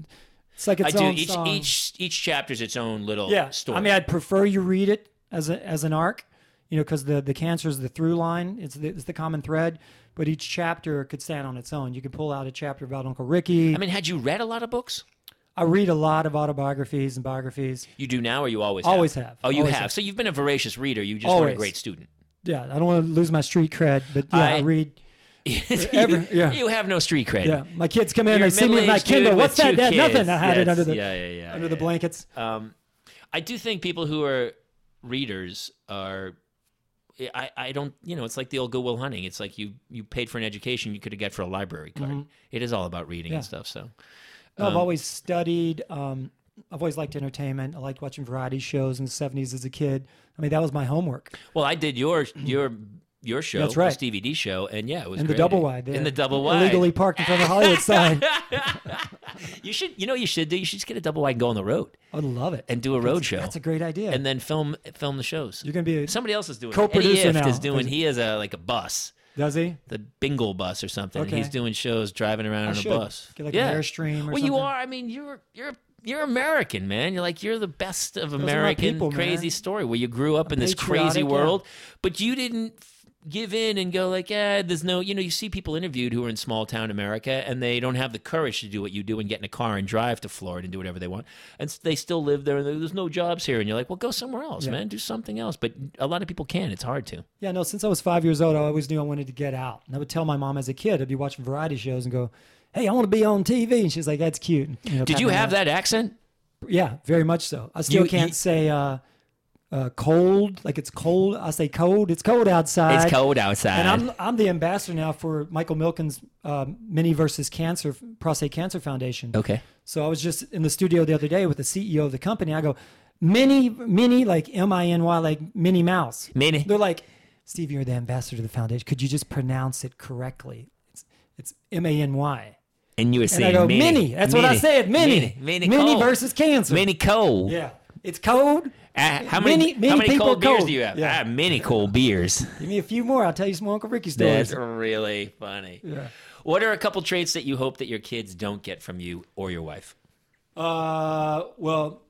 S3: It's like
S1: I
S3: its
S1: do.
S3: own
S1: Each
S3: song.
S1: each each chapter's its own little
S3: yeah.
S1: story.
S3: I mean, I'd prefer you read it as a, as an arc, you know, because the the cancer is the through line. It's the, it's the common thread. But each chapter could stand on its own. You could pull out a chapter about Uncle Ricky.
S1: I mean, had you read a lot of books?
S3: I read a lot of autobiographies and biographies.
S1: You do now, or you always
S3: Always
S1: have?
S3: have.
S1: Oh, you
S3: Always
S1: have.
S3: have.
S1: So you've been a voracious reader. You just were a
S3: Always.
S1: great student.
S3: Yeah, I don't want to lose my street cred, but yeah, I,
S1: I-
S3: read.
S1: you,
S3: Every- yeah.
S1: you have no street cred.
S3: Yeah, my kids come in,
S1: You're a
S3: they see me with my
S1: middle-aged dude
S3: Kindle.
S1: with
S3: What's
S1: two
S3: that, Dad?
S1: kids.
S3: Nothing. I hide
S1: Yes.
S3: it under the
S1: yeah, yeah, yeah,
S3: under the
S1: yeah.
S3: blankets.
S1: Um, I do think people who are readers are. I, I don't you know it's like the old Goodwill Hunting. It's like you you paid for an education you could have got for a library card. It is all about reading
S3: Mm-hmm. Yeah.
S1: and stuff. So
S3: No,
S1: Um,
S3: I've always studied. Um, I've always liked entertainment. I liked watching variety shows in the '70s as a kid. I mean, that was my homework.
S1: Well, I did your your your show,
S3: That's right.
S1: this DVD show, and yeah, it was
S3: In
S1: great.
S3: the double wide, there.
S1: in the double wide.
S3: illegally parked in front of the Hollywood sign.
S1: You should, you know, what you should do. You should just get a double wide and go on the road
S3: I would love it
S1: and do a road show,
S3: That's a great idea.
S1: and then film film the shows.
S3: You're gonna be a,
S1: Somebody else is doing it.
S3: Co-producer
S1: Eddie Ift
S3: now.
S1: is doing. He has a like a bus,
S3: does he?
S1: the Bingle bus or something.
S3: Okay.
S1: He's doing shows driving around on
S3: should.
S1: a bus.
S3: Get like
S1: yeah.
S3: an Airstream
S1: well,
S3: or something.
S1: you are. I mean, you're you're. You're American, man. You're like you're the best of
S3: my
S1: American
S3: people,
S1: crazy
S3: man.
S1: story where you grew up in this crazy
S3: patriotic, yeah.
S1: world, but you didn't f- give in and go like, "Yeah, there's no." You know, you see people interviewed who are in small town America and they don't have the courage to do what you do and get in a car and drive to Florida and do whatever they want, and s- they still live there. and There's no jobs here, and you're like, "Well, go somewhere else, man. Do something else." But a lot of people can. It's hard to.
S3: Yeah, no, since I was five years old, I always knew I wanted to get out. And I would tell my mom as a kid, I'd be watching variety shows and go, Hey, I want to be on TV. And she's like, That's cute. You know,
S1: Did
S3: pat
S1: you
S3: me on
S1: have
S3: the-
S1: that accent?
S3: Yeah, very much so. I still
S1: You-
S3: can't
S1: you-
S3: say uh, uh, cold. Like it's cold. I say cold. It's cold outside.
S1: It's cold outside.
S3: And I'm, I'm the ambassador now for Michael Milken's um, Mini versus Cancer, Prostate Cancer Foundation.
S1: okay.
S3: So I was just in the studio the other day with the CEO of the company. I go, Mini, Mini, like M I N Y, like Minnie Mouse.
S1: Minnie.
S3: They're like, Steve, you're the ambassador to the foundation. Could you just pronounce it correctly? It's It's M A N Y.
S1: And you were
S3: And
S1: saying
S3: I go,
S1: Minnie.
S3: Minnie. That's what I said. Minnie.
S1: Minnie, Cole.
S3: versus cancer.
S1: Minnie Cole.
S3: Yeah. It's cold.
S1: Uh, how many,
S3: Many- many
S1: how many
S3: people
S1: cold beers
S3: cold.
S1: do you have?
S3: Yeah.
S1: I have many cold beers.
S3: Give me a few more. I'll tell you some Uncle Ricky stories.
S1: That's really funny.
S3: Yeah.
S1: What are a couple traits that you hope that your kids don't get from you or your wife?
S3: Uh, well,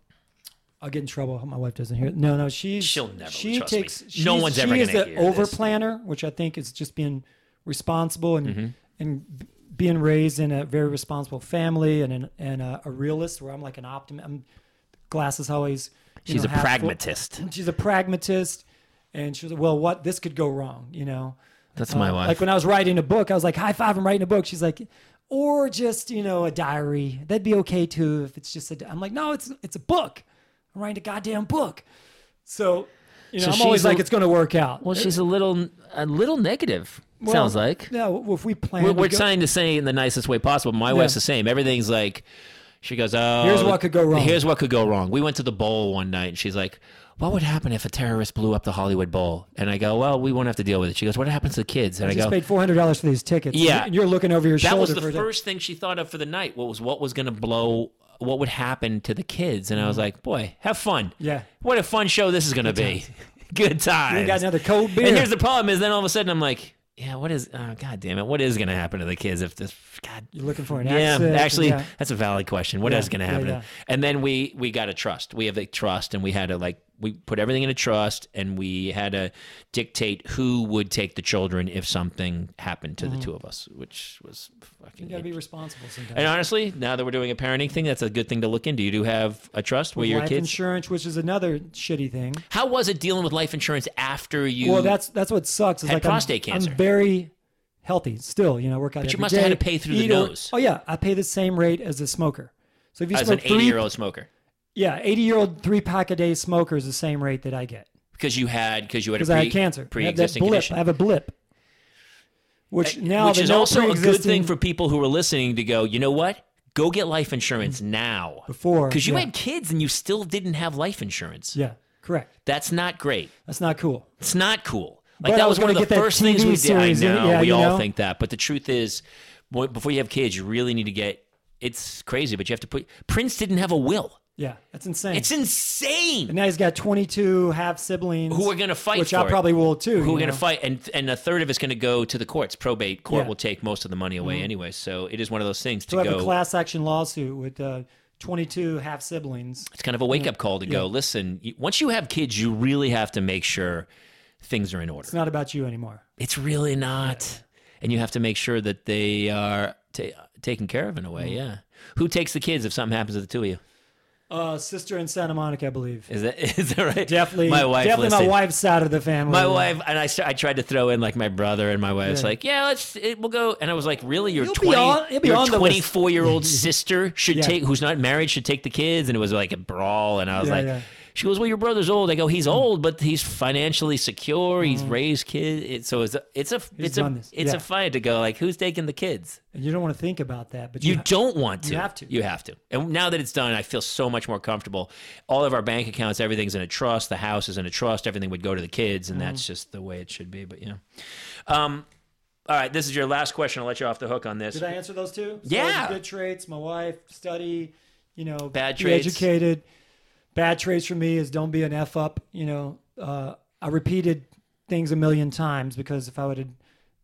S3: I'll get in trouble. if My wife doesn't hear. It. No, no, she's
S1: She'll never
S3: She
S1: trust me.
S3: takes.
S1: No
S3: she's-
S1: one's
S3: she
S1: ever
S3: is
S1: gonna
S3: the
S1: hear this.
S3: overplanner, which I think is just being responsible and
S1: Mm-hmm.
S3: and b- being raised in a very responsible family and an, and a, a realist. Where I'm like an optimist. I'm glasses always. you
S1: She's
S3: know,
S1: a
S3: half full.
S1: pragmatist.
S3: She's a pragmatist, and she was like, well, what this could go wrong, you know. Uh,
S1: That's my wife.
S3: Like when I was writing a book, I was like, high five, I'm writing a book. She's like, or just, you know, a diary. That'd be okay too if it's just a, di-" I'm like, no, it's, it's a book. I'm writing a goddamn book. So, you know,
S1: So
S3: I'm always
S1: she's a-
S3: like, it's going to work out.
S1: Well, she's a little a little negative.
S3: Well,
S1: sounds like
S3: Yeah. Well, if we plan,
S1: we're,
S3: to
S1: we're
S3: go-
S1: trying to say it in the nicest way possible. My wife's the same. Everything's like she goes, "Oh,
S3: Here's what could go wrong."
S1: Here's what could go wrong." We went to the bowl one night, and she's like, "What would happen if a terrorist blew up the Hollywood Bowl?" And I go, "Well, we won't have to deal with it." She goes, "What happens to the kids?" And I,
S3: I
S1: go,
S3: just paid $400 for these tickets.
S1: Yeah.
S3: And you're looking over your
S1: that
S3: shoulder.
S1: was the
S3: for
S1: first thing she thought of for the night. What was what was going to blow? What would happen to the kids? And I was like, boy, have fun.
S3: Mm-hmm. Yeah.
S1: What a fun show this is going to be. Good time.
S3: You got another cold beer.
S1: And here's the problem: is then all of a sudden I'm like, yeah, what is? Oh, God damn it! What is going to happen to the kids if this? God.
S3: You're looking for an
S1: Yeah,
S3: accent,
S1: actually,
S3: yeah.
S1: that's a valid question. What is
S3: Yeah,
S1: going to
S3: yeah,
S1: happen?
S3: yeah.
S1: And then we we got to trust. We have the trust, and we had to like we put everything in a trust, and we had to dictate who would take the children if something happened to the two of us, which was fucking.
S3: Mm-hmm. You got to be
S1: int-
S3: responsible sometimes.
S1: and honestly, now that we're doing a parenting thing, that's a good thing to look into. You do have a trust where your
S3: Life
S1: kids.
S3: insurance, which is another shitty thing.
S1: How was it dealing with life insurance after you?
S3: Well, that's that's what sucks. Is
S1: had
S3: like
S1: prostate
S3: I'm,
S1: cancer.
S3: I'm very healthy still. You know, work out. But
S1: you must have had to pay through the nose.
S3: oh yeah, I pay the same rate as a smoker. So if you
S1: as an
S3: smoke three,
S1: eighty-year-old smoker.
S3: yeah, eighty year old three pack a day smoker is the same rate that I get
S1: because you had because you had a
S3: because
S1: pre,
S3: I had cancer. I had that
S1: pre-existing
S3: blip.
S1: condition.
S3: I have a blip. Which now
S1: which
S3: the
S1: is
S3: no
S1: also a good
S3: pre-existing
S1: thing for people who are listening to go. You know what? Go get life insurance now
S3: Mm. before
S1: because you
S3: yeah,
S1: had kids and you still didn't have life insurance.
S3: yeah correct.
S1: That's not great.
S3: That's not cool.
S1: It's not cool. Like
S3: But
S1: that
S3: I
S1: was
S3: was
S1: one of
S3: gonna
S1: the
S3: get that
S1: first things
S3: TV
S1: we did. I
S3: series,
S1: know
S3: yeah,
S1: we
S3: you
S1: all
S3: know?
S1: think that, but the truth is, when- before you have kids, you really need to get. It's crazy, but you have to put. Prince didn't have a will.
S3: Yeah, that's insane.
S1: It's insane.
S3: and now he's got 22 half siblings
S1: Who are gonna fight
S3: which
S1: for
S3: I
S1: it.
S3: probably will too.
S1: Who
S3: you
S1: are going to
S3: know?
S1: fight? And and a third of it's going to go to the courts. Probate court
S3: Yeah.
S1: will take most of the money away anyway. So it is one of those things to
S3: So I have
S1: go.
S3: a class action lawsuit with uh, 22 half siblings.
S1: it's kind of a wake up call to go. Listen, you, once you have kids, you really have to make sure things are in order.
S3: It's not about you anymore.
S1: It's really not, and you have to make sure that they are ta- taken care of in a way.
S3: Mm-hmm.
S1: Yeah. Who takes the kids if something happens to the two of you?
S3: Uh, sister in Santa Monica, I believe.
S1: Is that is that right?
S3: Definitely,
S1: my wife.
S3: Definitely,
S1: listened.
S3: my wife's side of the family.
S1: My wife and I. st- I tried to throw in like my brother and my wife's
S3: Yeah.
S1: like, yeah, let's it, we'll go. And I was like, really, your
S3: You'll be
S1: twenty,
S3: on- you'll be
S1: your
S3: on the list.
S1: twenty-four year old sister should
S3: Yeah.
S1: take who's not married should take the kids. And it was like a brawl. And I was
S3: Yeah,
S1: like,
S3: yeah. Mm.
S1: she goes, well, your brother's old. I go, he's old, but he's financially secure. He's raised kids. It, so it's a it's a it's a
S3: done this.
S1: it's a
S3: Yeah.
S1: fight to go like who's taking the kids.
S3: And you don't want to think about that, but
S1: You
S3: you,
S1: don't want to.
S3: you have to.
S1: You have to. And now that it's done, I feel so much more comfortable. All of our bank accounts, everything's in a trust. The house is in a trust. Everything would go to the kids, and
S3: Mm.
S1: that's just the way it should be. But yeah. Um, all right, this is your last question. I'll let you off the hook on this.
S3: did I answer those two? So
S1: Yeah.
S3: Good traits. My wife, study. You know,
S1: Bad
S3: be
S1: traits.
S3: Educated. Bad traits for me is don't be an f up. You know, uh, I repeated things a million times because if I would have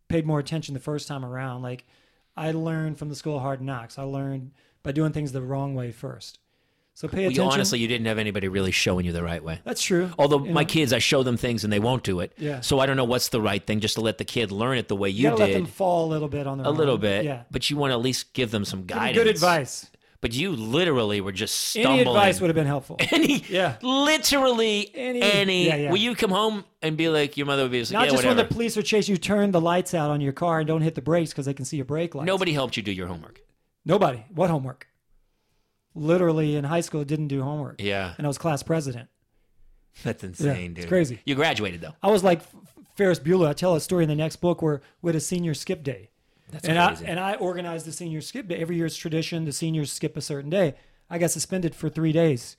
S3: paid more attention the first time around, like I learned from the school of hard knocks. I learned by doing things the wrong way first. So pay
S1: Well, you
S3: attention.
S1: honestly, you didn't have anybody really showing you the right way.
S3: that's true.
S1: Although
S3: You
S1: my
S3: know,
S1: kids, I show them things and they won't do it.
S3: Yeah.
S1: So I don't know what's the right thing, just to let the kid learn it the way
S3: you
S1: you,
S3: gotta let them
S1: did,
S3: fall a little bit on their
S1: a little
S3: own.
S1: bit.
S3: Yeah.
S1: But you want to at least give them some guidance.
S3: Good advice.
S1: But you literally were just stumbling.
S3: Any advice would have been helpful.
S1: any,
S3: Yeah.
S1: literally any.
S3: Any- yeah, yeah.
S1: Will you come home and be like your mother would be like,
S3: Not
S1: yeah,
S3: just
S1: whatever.
S3: when the police are chasing you, turn the lights out on your car and don't hit the brakes because they can see your brake lights.
S1: Nobody helped you do your homework.
S3: Nobody. What homework? Literally in high school, didn't do homework.
S1: Yeah,
S3: And I was class president.
S1: that's insane, dude.
S3: it's crazy.
S1: You graduated though.
S3: I was like F- Ferris Bueller. I tell a story in the next book where we had a senior skip day.
S1: That's
S3: and
S1: crazy.
S3: I and I organized the senior skip day. Every year's tradition, the seniors skip a certain day. I got suspended for three days.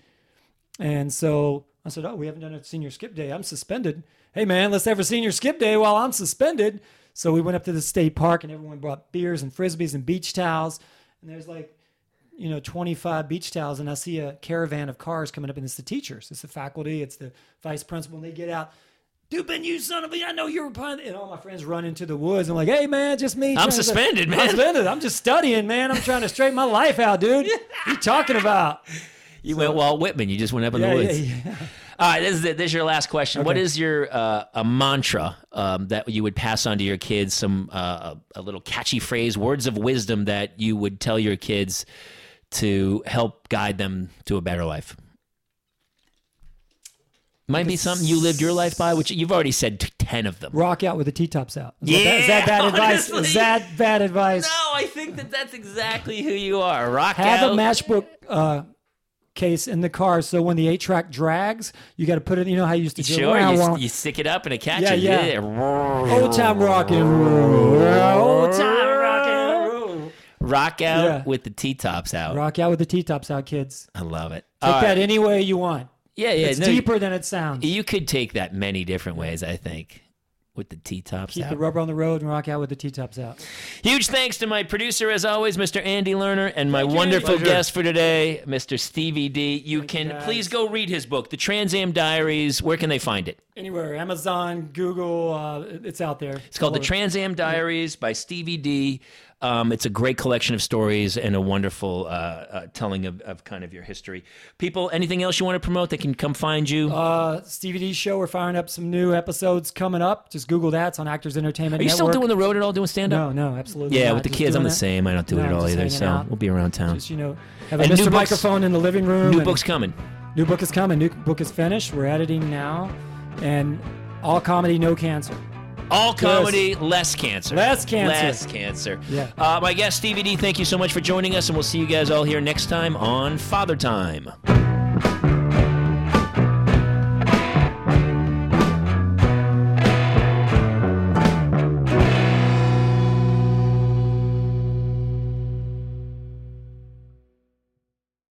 S3: And so I said, Oh, we haven't done a senior skip day. I'm suspended. Hey man, let's have a senior skip day while I'm suspended. So we went up to the state park and everyone brought beers and frisbees and beach towels. And there's like, you know, 25 beach towels. And I see a caravan of cars coming up. And it's the teachers, it's the faculty, it's the vice principal. And they get out. Dupin, you son of a, I know you were pun. And all my friends run into the woods. I'm like, hey, man, just me. trying
S1: I'm
S3: to-
S1: suspended, man.
S3: I'm suspended. I'm just studying, man. I'm trying to straighten my life out, dude. What you talking about?
S1: You went Walt Whitman. You just went up in the woods.
S3: yeah.
S1: All right, this is it. This is your last question. What is your uh, a mantra um, that you would pass on to your kids? Some uh, a, a little catchy phrase, words of wisdom that you would tell your kids to help guide them to a better life. Might be something you lived your life by, which you've already said t- ten of them.
S3: Rock out with the T-tops out. Is
S1: Yeah,
S3: that, is that bad advice?
S1: honestly.
S3: Is that bad advice?
S1: No, I think that that's exactly who you are. Rock
S3: Have
S1: out.
S3: a matchbook uh, case in the car so when the eight track drags, you got to put it. You know how you used to do
S1: Sure,
S3: it.
S1: you,
S3: Wow, wow.
S1: you stick it up and it catches.
S3: Yeah, Oh. yeah. old time rocking, old time rocking.
S1: Rock out
S3: Yeah.
S1: with the t tops out.
S3: Rock out with the T-tops out, kids.
S1: I love it.
S3: Take
S1: All right.
S3: that any way you want.
S1: Yeah, yeah.
S3: It's
S1: no,
S3: deeper than it sounds.
S1: You could take that many different ways, I think, with the t tops
S3: Keep
S1: out.
S3: the rubber on the road and rock out with the T-tops out.
S1: Huge thanks to my producer, as always, Mr. Andy Lerner, and my
S3: Thank you.
S1: wonderful
S2: Pleasure.
S1: guest for today, Mr. Stevie D. You can
S3: guys.
S1: please go read his book, The Trans Am Diaries. Where can they find it?
S3: Anywhere, Amazon, Google, uh, it's out there.
S1: It's called The Trans Am Diaries by Stevie D. Um, it's a great collection of stories and a wonderful uh, uh, telling of, of kind of your history. People, anything else you want to promote? They can come find you.
S3: Uh, Stevie D show. We're firing up some new episodes coming up. Just Google that. It's on Actors Entertainment
S1: Are you
S3: Network.
S1: still doing the road at all? Doing stand up?
S3: No, no, absolutely.
S1: yeah,
S3: not.
S1: with the
S3: Just
S1: kids, I'm
S3: doing
S1: the
S3: that.
S1: same. I don't do
S3: No,
S1: it
S3: I'm
S1: all
S3: just
S1: either.
S3: hanging
S1: So
S3: out.
S1: we'll be around town.
S3: Just you know, have a
S1: And new
S3: Mr.
S1: books-
S3: Microphone in the living room.
S1: New
S3: and
S1: book's coming.
S3: New book is coming. New book is finished. We're editing now, and all comedy, no cancer.
S1: All comedy, less cancer.
S3: Less cancer.
S1: Less cancer.
S3: Yeah.
S1: Uh, my guest, Stevie D, thank you so much for joining us, and we'll see you guys all here next time on Father Time.